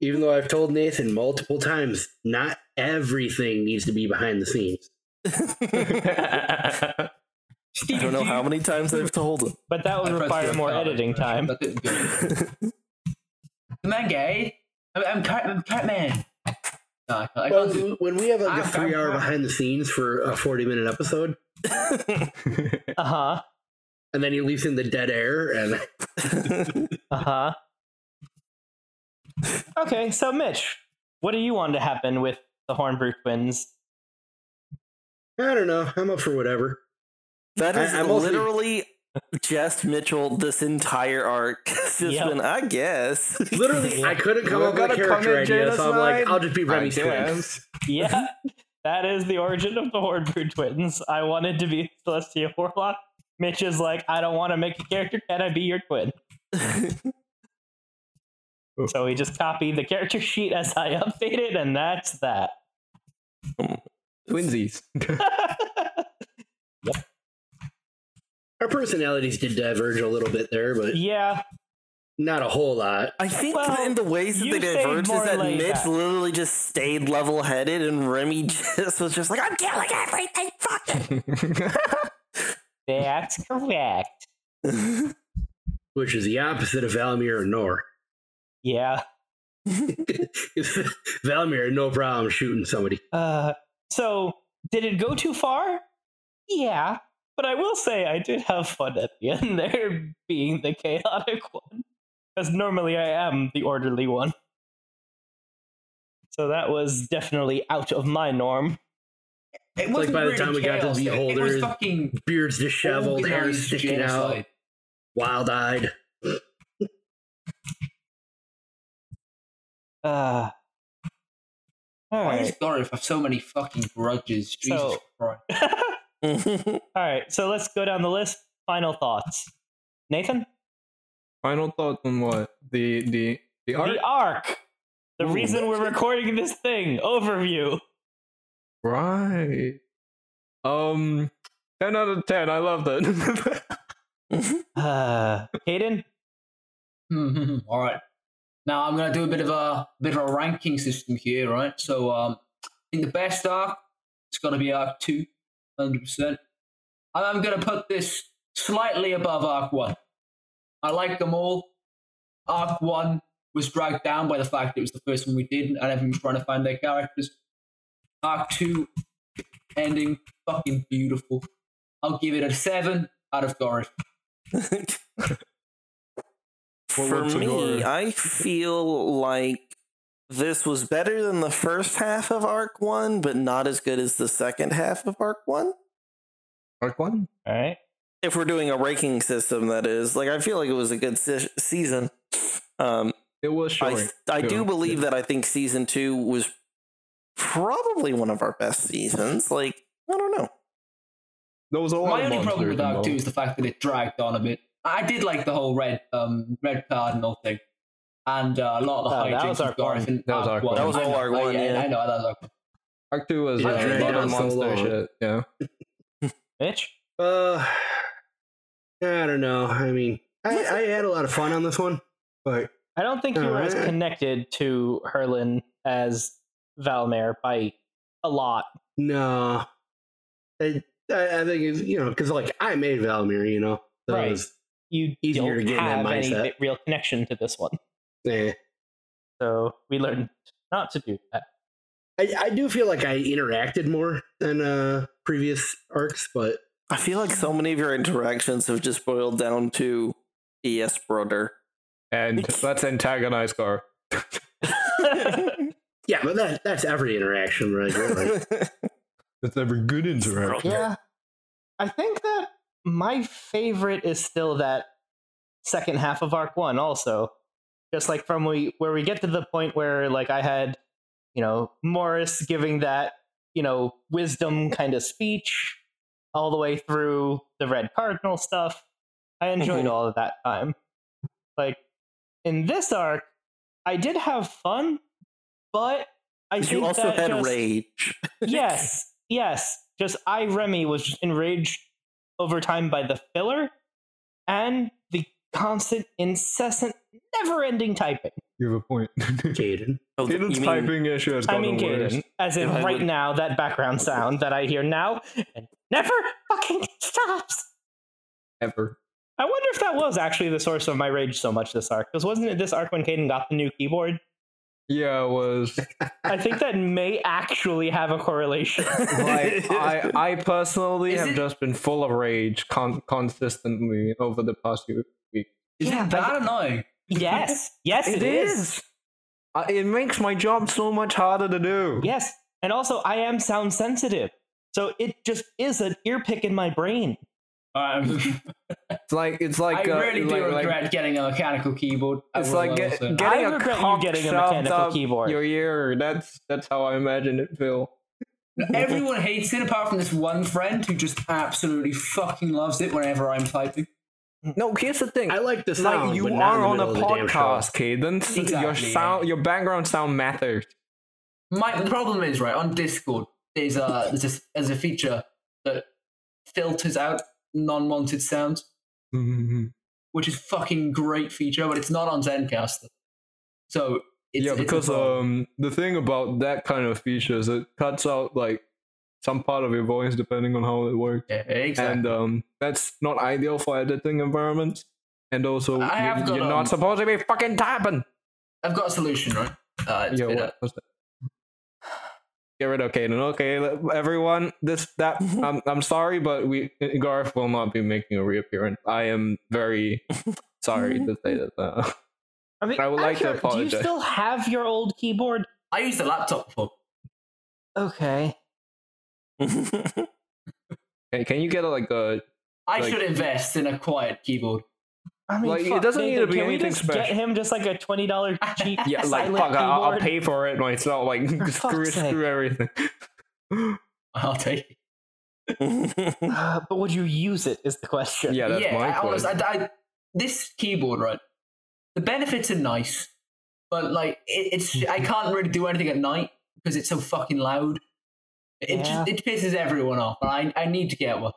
S5: Even though I've told Nathan multiple times, not everything needs to be behind the scenes.
S3: I don't know how many times I've told him.
S4: But that would
S2: I pressed
S4: require
S2: the
S4: more
S2: power
S4: editing
S2: button.
S4: time.
S2: That didn't do it. the man gay. I'm, I'm, cat, I'm Catman. No, I can't- I
S5: Well,
S2: can't do
S5: when we have like a
S2: I've got
S5: three hour
S2: that.
S5: behind the scenes for a 40 minute episode,
S4: Uh huh.
S5: and then he leaves in the dead air, and
S4: Uh huh. Okay, so Mitch, what do you want to happen with the Hornbrew twins?
S5: I don't know, I'm up for whatever.
S3: That
S5: I-
S3: is
S5: I'm also-
S3: literally just Mitchell this entire arc. It's just
S4: Yep.
S3: been, I guess.
S5: Literally, I couldn't come
S1: We're
S5: up with a
S1: gonna
S5: character
S1: commit
S5: idea, so I'm like,
S1: genocide?
S5: I'll just be
S1: I
S5: Remy's twin.
S1: guess.
S4: Yeah, that is the origin of the Hornbrew twins. I wanted to be Celestia Warlock. Mitch is like, I don't want to make a character. Can I be your twin? So we just copy the character sheet as I update it, and that's that.
S1: Twinsies.
S5: Our personalities did diverge a little bit there, but
S4: yeah,
S5: not a whole lot.
S3: I think
S4: Well,
S3: that in the ways that they
S4: you stayed
S3: diverged
S4: more
S3: is that
S4: laid
S3: Mitch
S4: back.
S3: literally just stayed level headed and Remy just was just like, I'm killing everything, fuck it.
S4: that's correct.
S5: which is the opposite of Valmir and Nor.
S4: Yeah.
S5: Valmir, no problem shooting somebody.
S4: Uh, so did it go too far? Yeah, but I will say I did have fun at the end there, being the chaotic one, because normally I am the orderly one. So that was definitely out of my norm.
S2: it. It
S5: like
S2: wasn't
S5: by the
S2: really
S5: time we got to
S2: chaos, though. It
S5: Beholders,
S2: was fucking
S5: Beards disheveled, hair
S2: organized
S5: sticking out,
S2: genocide.
S5: wild eyed.
S4: Uh, all
S2: Why
S4: right.
S2: does Gareth have so many fucking grudges? Jesus
S4: So-
S2: Christ.
S3: all
S4: all right. So let's go down the list. Final thoughts. Nathan,
S1: Final thoughts on what the the the art
S4: the arc. The
S1: Ooh.
S4: reason we're recording this thing. Overview.
S1: right. Um, ten out of ten. I love that.
S4: Uh, Hayden.
S2: Mhm. All right. Now I'm gonna do a bit of a bit of a ranking system here, right? So um, in the best arc, it's gotta be arc two, hundred percent. And I'm gonna put this slightly above arc one. I like them all. Arc one was dragged down by the fact it was the first one we did, and everyone was trying to find their characters. Arc two ending fucking beautiful. I'll give it a seven out of Gareth.
S3: For
S1: what's
S3: me,
S1: your-
S3: I feel like this was better than the first half of Arc 1, but not as good as the second half of Arc 1.
S1: Arc one?
S4: All right.
S3: if we're doing a ranking system that is like i feel like it was a good se- season um
S1: It was short.
S3: i i do
S1: sure,
S3: believe
S1: yeah.
S3: that i think season two was probably one of our best seasons like i don't know
S1: there was a lot
S2: My
S1: of
S2: only problem
S1: monsters
S2: with Arc
S1: involved.
S2: Two is the fact that it dragged on a bit. I did like the whole red um red card and all thing, and uh, a lot of the
S4: Oh, that
S2: hijinks
S4: was
S2: with
S4: Arc One.
S2: Garth and
S1: That Ah, was
S2: Arc
S1: Arc
S2: One.
S1: One. That
S3: was
S2: I
S3: all
S2: know,
S3: Arc
S2: I-
S3: One, yeah.
S2: I know. I know. Arc One.
S1: Arc two was
S5: Yeah,
S1: uh,
S2: dragged
S1: a lot
S2: on
S1: of
S5: so
S1: monster
S5: long.
S1: shit. Yeah.
S4: Mitch?
S5: Uh, I don't know. I mean, I, I had a lot of fun on this one, but
S4: I don't think you were as
S5: Alright.
S4: connected to Herlin as Valmer by a lot.
S5: no. I, I, I think it's, you know because like I made Valmir, you know, so it
S4: Right.
S5: was-
S4: You
S5: Easier to
S4: don't
S5: get in that
S4: have any
S5: mindset.
S4: bit- real connection to this one.
S5: eh.
S4: So we learned not to do that.
S5: I, I do feel like I interacted more than uh previous arcs, but
S3: i feel like so many of your interactions have just boiled down to yes brother
S1: And let's antagonize Gar.
S5: yeah, but that that's every interaction, right? really.
S1: That's every good interaction.
S4: yeah. I think that my favorite is still that second half of arc 1 also. Just like from we where we get to the point where like I had, you know, Morris giving that, you know, wisdom kind of speech all the way through the red cardinal stuff. I enjoyed
S3: Mhm.
S4: all of that time. Like in this arc, I did have fun, but I think
S3: you also
S4: that
S3: had
S4: just-
S3: rage
S4: yes, yes. Just I Remy was just enraged over time by the filler and the constant, incessant, never-ending typing.
S1: You have a point.
S5: Caden.
S3: Oh, th-
S1: Caden's
S3: you mean-
S1: typing issue has
S4: I
S1: gotten
S4: mean,
S1: worse.
S4: Caden, as in
S3: If I
S4: right
S3: would-
S4: now, that background sound that I hear now and never fucking stops.
S1: Ever.
S4: I wonder if that was actually the source of my rage so much this arc. Because wasn't it this arc when Caden got the new keyboard?
S1: Yeah, it was.
S4: I think that may actually have a correlation.
S1: like I, I personally
S2: Is
S1: have
S2: it-
S1: just been full of rage con- consistently over the past few.
S2: Is
S4: Yeah,
S2: it that annoying?
S4: yes, yes, it is.
S1: Uh, it makes my job so much harder to do.
S4: Yes. And also, I am sound sensitive. So it just is an ear pick in my brain.
S2: Um,
S1: It's like it's like
S2: I
S1: uh,
S2: really do
S1: like, like-
S2: regret getting a mechanical keyboard. I
S1: It's
S2: will
S1: like get-
S2: also-
S1: Getting
S4: I
S1: a
S4: regret you
S1: cock
S4: getting a
S1: shoved
S4: mechanical
S1: up
S4: keyboard.
S1: your ear. That's that's how I imagine it, Phil.
S2: Everyone hates it apart from this one friend who just absolutely fucking loves it whenever I'm typing.
S1: No, here's the thing.
S5: I like the
S1: like
S5: sound.
S1: you
S5: but not
S1: are
S5: in
S1: on
S5: the
S1: a
S5: middle of the damn show.
S1: podcast, Caden. So Your
S2: Exactly,
S1: sound,
S2: yeah.
S1: your background sound matters.
S2: My the problem is right on Discord. There's a there's a, there's a feature that filters out non-wanted sounds,
S1: Mm-hmm.
S2: which is fucking great feature, but it's not on Zencaster. So it's,
S1: yeah,
S2: it's a
S1: because
S2: problem.
S1: um, the thing about that kind of feature is it cuts out like some part of your voice depending on how it works.
S2: yeah, exactly.
S1: and um, that's not ideal for editing environments. And also,
S2: I have
S1: you,
S2: got,
S1: you're
S2: um,
S1: not supposed to be fucking typing.
S2: I've got a solution, right? Uh, it's
S1: Yeah,
S2: been
S1: what, what's that? Get rid of Kaden. Okay, let- everyone. This that I'm I'm sorry, but we Garth will not be making a reappearance. I am very sorry to say that. Uh,
S4: I mean,
S1: I would
S4: I'm
S1: like to
S4: curious, Do you
S1: apologize.
S4: still have your old keyboard?
S2: a- I used a laptop before.
S4: Okay.
S1: can, can you get like a
S2: I
S1: Like-
S2: should invest in a quiet keyboard.
S4: I mean,
S1: Like, it
S4: fuck,
S1: doesn't need
S4: Nathan,
S1: to be
S4: can
S1: anything
S4: we just Get
S1: special.
S4: him just like a twenty dollar cheap
S1: yeah like
S4: silent
S1: fuck? I, I'll
S4: keyboard?
S1: pay for it myself. Like
S4: For
S1: screw
S4: fuck's sake.
S1: screw everything.
S2: I'll take. It.
S4: Uh, but would you use it? Is the question.
S1: Yeah, that's my
S2: I, honest-
S1: question.
S2: I, I, this keyboard, right? The benefits are nice, but like it, it's I can't really do anything at night because it's so fucking loud. It
S4: Yeah.
S2: just it pisses everyone off. But I I need to get one,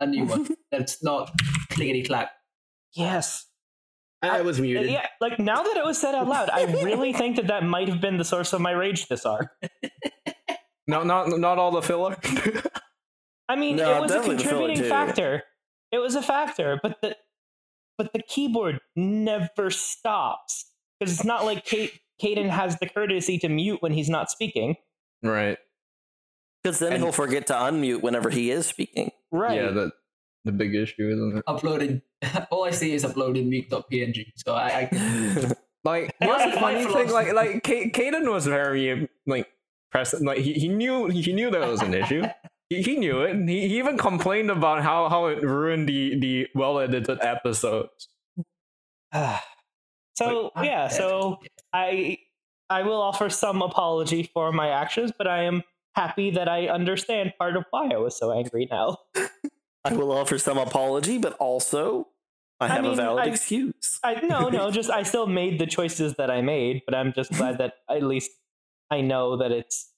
S2: a new one that's not clickety clack.
S4: Yes. Uh,
S5: I was muted.
S4: Yeah. Like now that it was said out loud, I really think that that might have been the source of my rage this arc.
S1: No, not not all the filler.
S4: I mean,
S3: No,
S4: it was a
S3: definitely the filler
S4: contributing
S3: too.
S4: factor. It was a factor, but the but the keyboard never stops because it's not like Kate Caden has the courtesy to mute when he's not speaking.
S1: right.
S3: because then
S1: And-
S3: he'll forget to unmute whenever he is speaking
S4: Right.
S1: Yeah, that the big issue isn't it?
S2: Uploading, all I see is uploading mute.png. So I, I can,
S1: Like
S4: And
S1: that's
S4: that's
S1: the
S2: my
S1: funny thing.
S2: philosophy.
S1: Like like Ka- Kaden was very like present. Like he, he knew he knew there was an issue, He, he knew it. and He, he even complained about how, how it ruined the, the well edited episodes.
S4: so
S2: Like,
S4: yeah, so I I will offer some apology for my actions, but I am happy that I understand part of why I was so angry now.
S3: I will offer some apology, but also I
S4: I
S3: have
S4: mean,
S3: a valid
S4: I-
S3: excuse.
S4: I no no, just I still made the choices that I made, but I'm just glad that at least I know that it's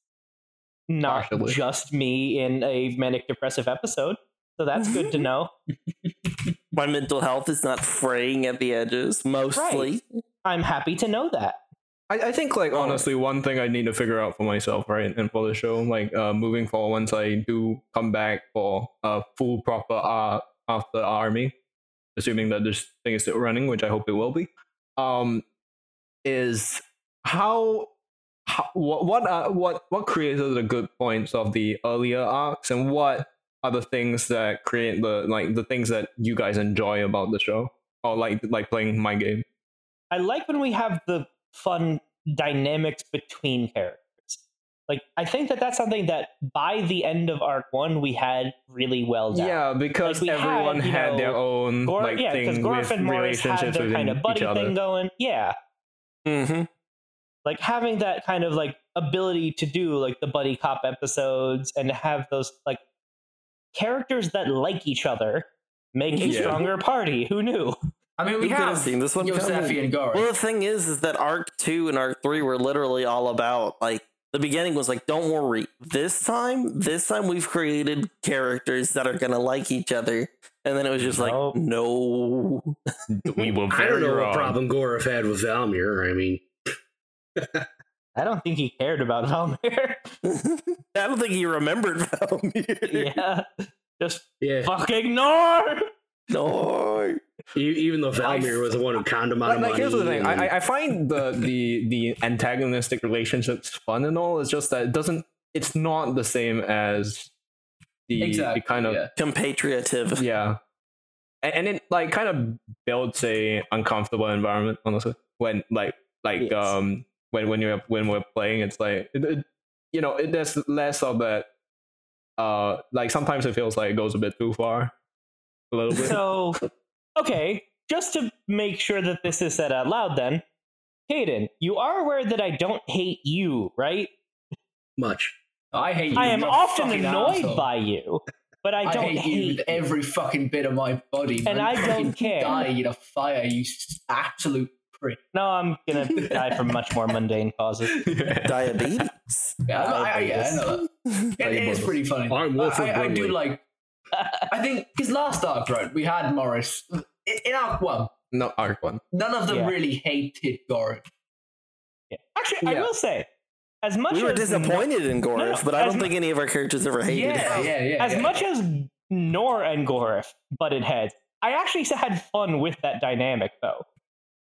S4: not
S1: Partially.
S4: just me in a manic depressive episode. So that's good to know.
S3: My mental health is not fraying at the edges, mostly.
S4: I'm happy to know that.
S1: I, I think like oh. honestly one thing I need to figure out for myself, right? And for the show, like uh moving forward once I do come back for a full proper uh after army, assuming that this thing is still running, which I hope it will be, um is how, how what what are, what what created the good points of the earlier arcs and what are the things that create the like the things that you guys enjoy about the show? Or like like playing my game.
S4: I like when we have the fun dynamics between characters. Like, I think that that's something that by the end of arc one we had really well done.
S1: Yeah, because
S4: we had,
S1: everyone
S4: you
S1: had, their
S4: know,
S1: own
S4: Gor-
S1: like
S4: yeah, because
S1: thing
S4: Gorf
S1: with
S4: and Morris had
S1: relationships
S4: their
S1: within
S4: kind of
S1: each
S4: buddy
S1: other.
S4: thing going. Yeah,
S3: Mm-hmm.
S4: like having that kind of like ability to do like the buddy cop episodes and have those like characters that like each other make a
S1: Yeah.
S4: stronger party. Who knew?
S2: I mean, we
S3: You could
S2: have
S3: have seen this one
S2: Yosefi
S3: coming.
S2: and Goro.
S3: Well, the thing is, is that arc two and arc three were literally all about like the beginning was like, don't worry, this time, this time we've created characters that are gonna like each other, and then it was just
S4: Nope.
S3: like, no,
S1: we were
S5: I don't
S1: very
S5: know
S1: wrong.
S5: what problem Gorov had with Valmir. I mean,
S4: I don't think he cared about Valmir.
S3: I don't think he remembered Valmir.
S4: yeah, just
S5: yeah,
S4: fuck ignore.
S3: No.
S5: e- even though Valmir was the one who conned him out
S1: Like,
S5: of
S1: like,
S5: money.
S1: here's the thing.
S5: and-
S1: I, I- I find the the the antagonistic relationships fun and all. It's just that it doesn't. It's not the same as the, the
S2: exactly.
S1: kind of yeah.
S2: yeah.
S3: Compatriotive.
S1: And, and it like kind of builds a uncomfortable environment. Honestly, when like like
S4: Yes.
S1: um when when you're when we're playing, it's like it, it, you know it, there's less of that. Uh, like sometimes it feels like it goes a bit too far, a little bit.
S4: So, okay, just to make sure that this is said out loud, then, Hayden, you are aware that I don't hate you, right?
S5: much.
S2: I hate you.
S4: I am
S2: you're a
S4: often
S2: fucking
S4: annoyed
S2: asshole.
S4: by you, but I
S2: I
S4: don't
S2: hate, you with
S4: hate.
S2: every fucking bit of my body.
S4: And
S2: man.
S4: I don't
S2: Fucking
S4: care.
S2: Die in a fire, you s- absolute prick.
S4: No, I'm gonna die from much more mundane causes.
S3: Diabetes.
S2: Yeah, I, I, yeah, I know that. It- it is pretty funny.
S5: I'm Wilford
S2: I, I, I do
S5: Brimley.
S2: like. I think because last arc, right, we had Morris in, in arc one.
S1: Not arc one.
S2: None of them
S4: Yeah.
S2: really hated Goran.
S4: Actually, I
S1: Yeah.
S4: will say, as much
S3: We were
S4: as
S3: disappointed in Gorf,
S4: no,
S3: but I
S4: as
S3: don't
S4: mu-
S3: think any of our characters ever hated
S2: Yeah, yeah,
S3: him.
S2: yeah.
S4: as
S2: yeah.
S4: much as Nor and Gorif butted heads, I actually s- had fun with that dynamic though,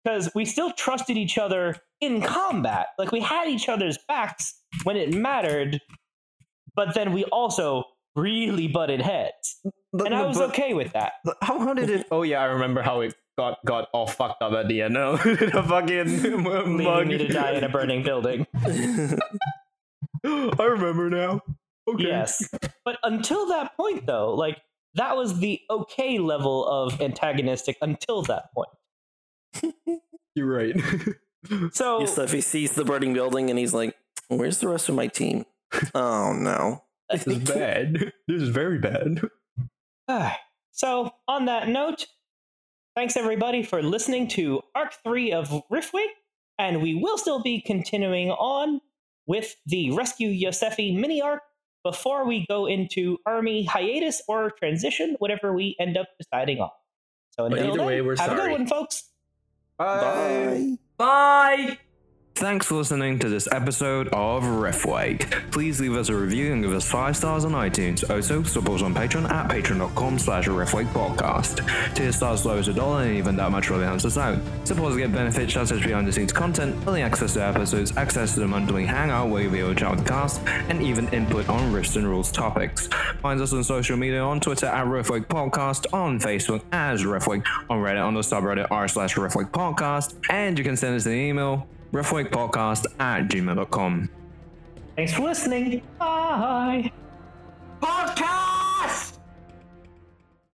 S4: because we still trusted each other in combat. Like we had each other's backs when it mattered, but then we also really butted heads,
S1: But-
S4: and I
S1: but-
S4: was
S1: but-
S4: okay with that.
S1: but How, how did it? Oh yeah, I remember how it got got all fucked up at the end. No, the fucking
S4: Leaving
S1: mug.
S4: you to die in a burning building.
S1: I remember now. Okay.
S4: Yes. But until that point, though, like that was the okay level of antagonistic until that point.
S1: you're right.
S4: So
S3: Yosefi sees the burning building and he's like, Where's the rest of my team? Oh no.
S1: this is bad. This is very bad.
S4: Ah, so on that note, thanks everybody for listening to Arc 3 of Riftwig, and we will still be continuing on with the Rescue Yosefi mini arc before we go into army hiatus or transition, whatever we end up deciding on. So
S5: But
S4: until
S5: either
S4: then,
S5: way, we're
S4: have a good
S5: sorry.
S4: one, folks.
S3: Bye.
S2: Bye.
S1: Thanks for listening to this episode of RefWake. Please leave us a review and give us five stars on iTunes. Also, support us on Patreon at patreon.com slash RefWake podcast. Tier stars as low as a dollar and even that much really helps us out. Supporters get benefits such as behind the scenes content, early access to episodes, access to the monthly hangout where you'll be able to chat with the cast, and even input on Rifts and Rules topics. Find us on social media on Twitter at RefWake Podcast, on Facebook as RefWake, on Reddit on the subreddit r slash RefWake Podcast, and you can send us an email Rough Week Podcast at gmail.com.
S4: Thanks for listening. Bye.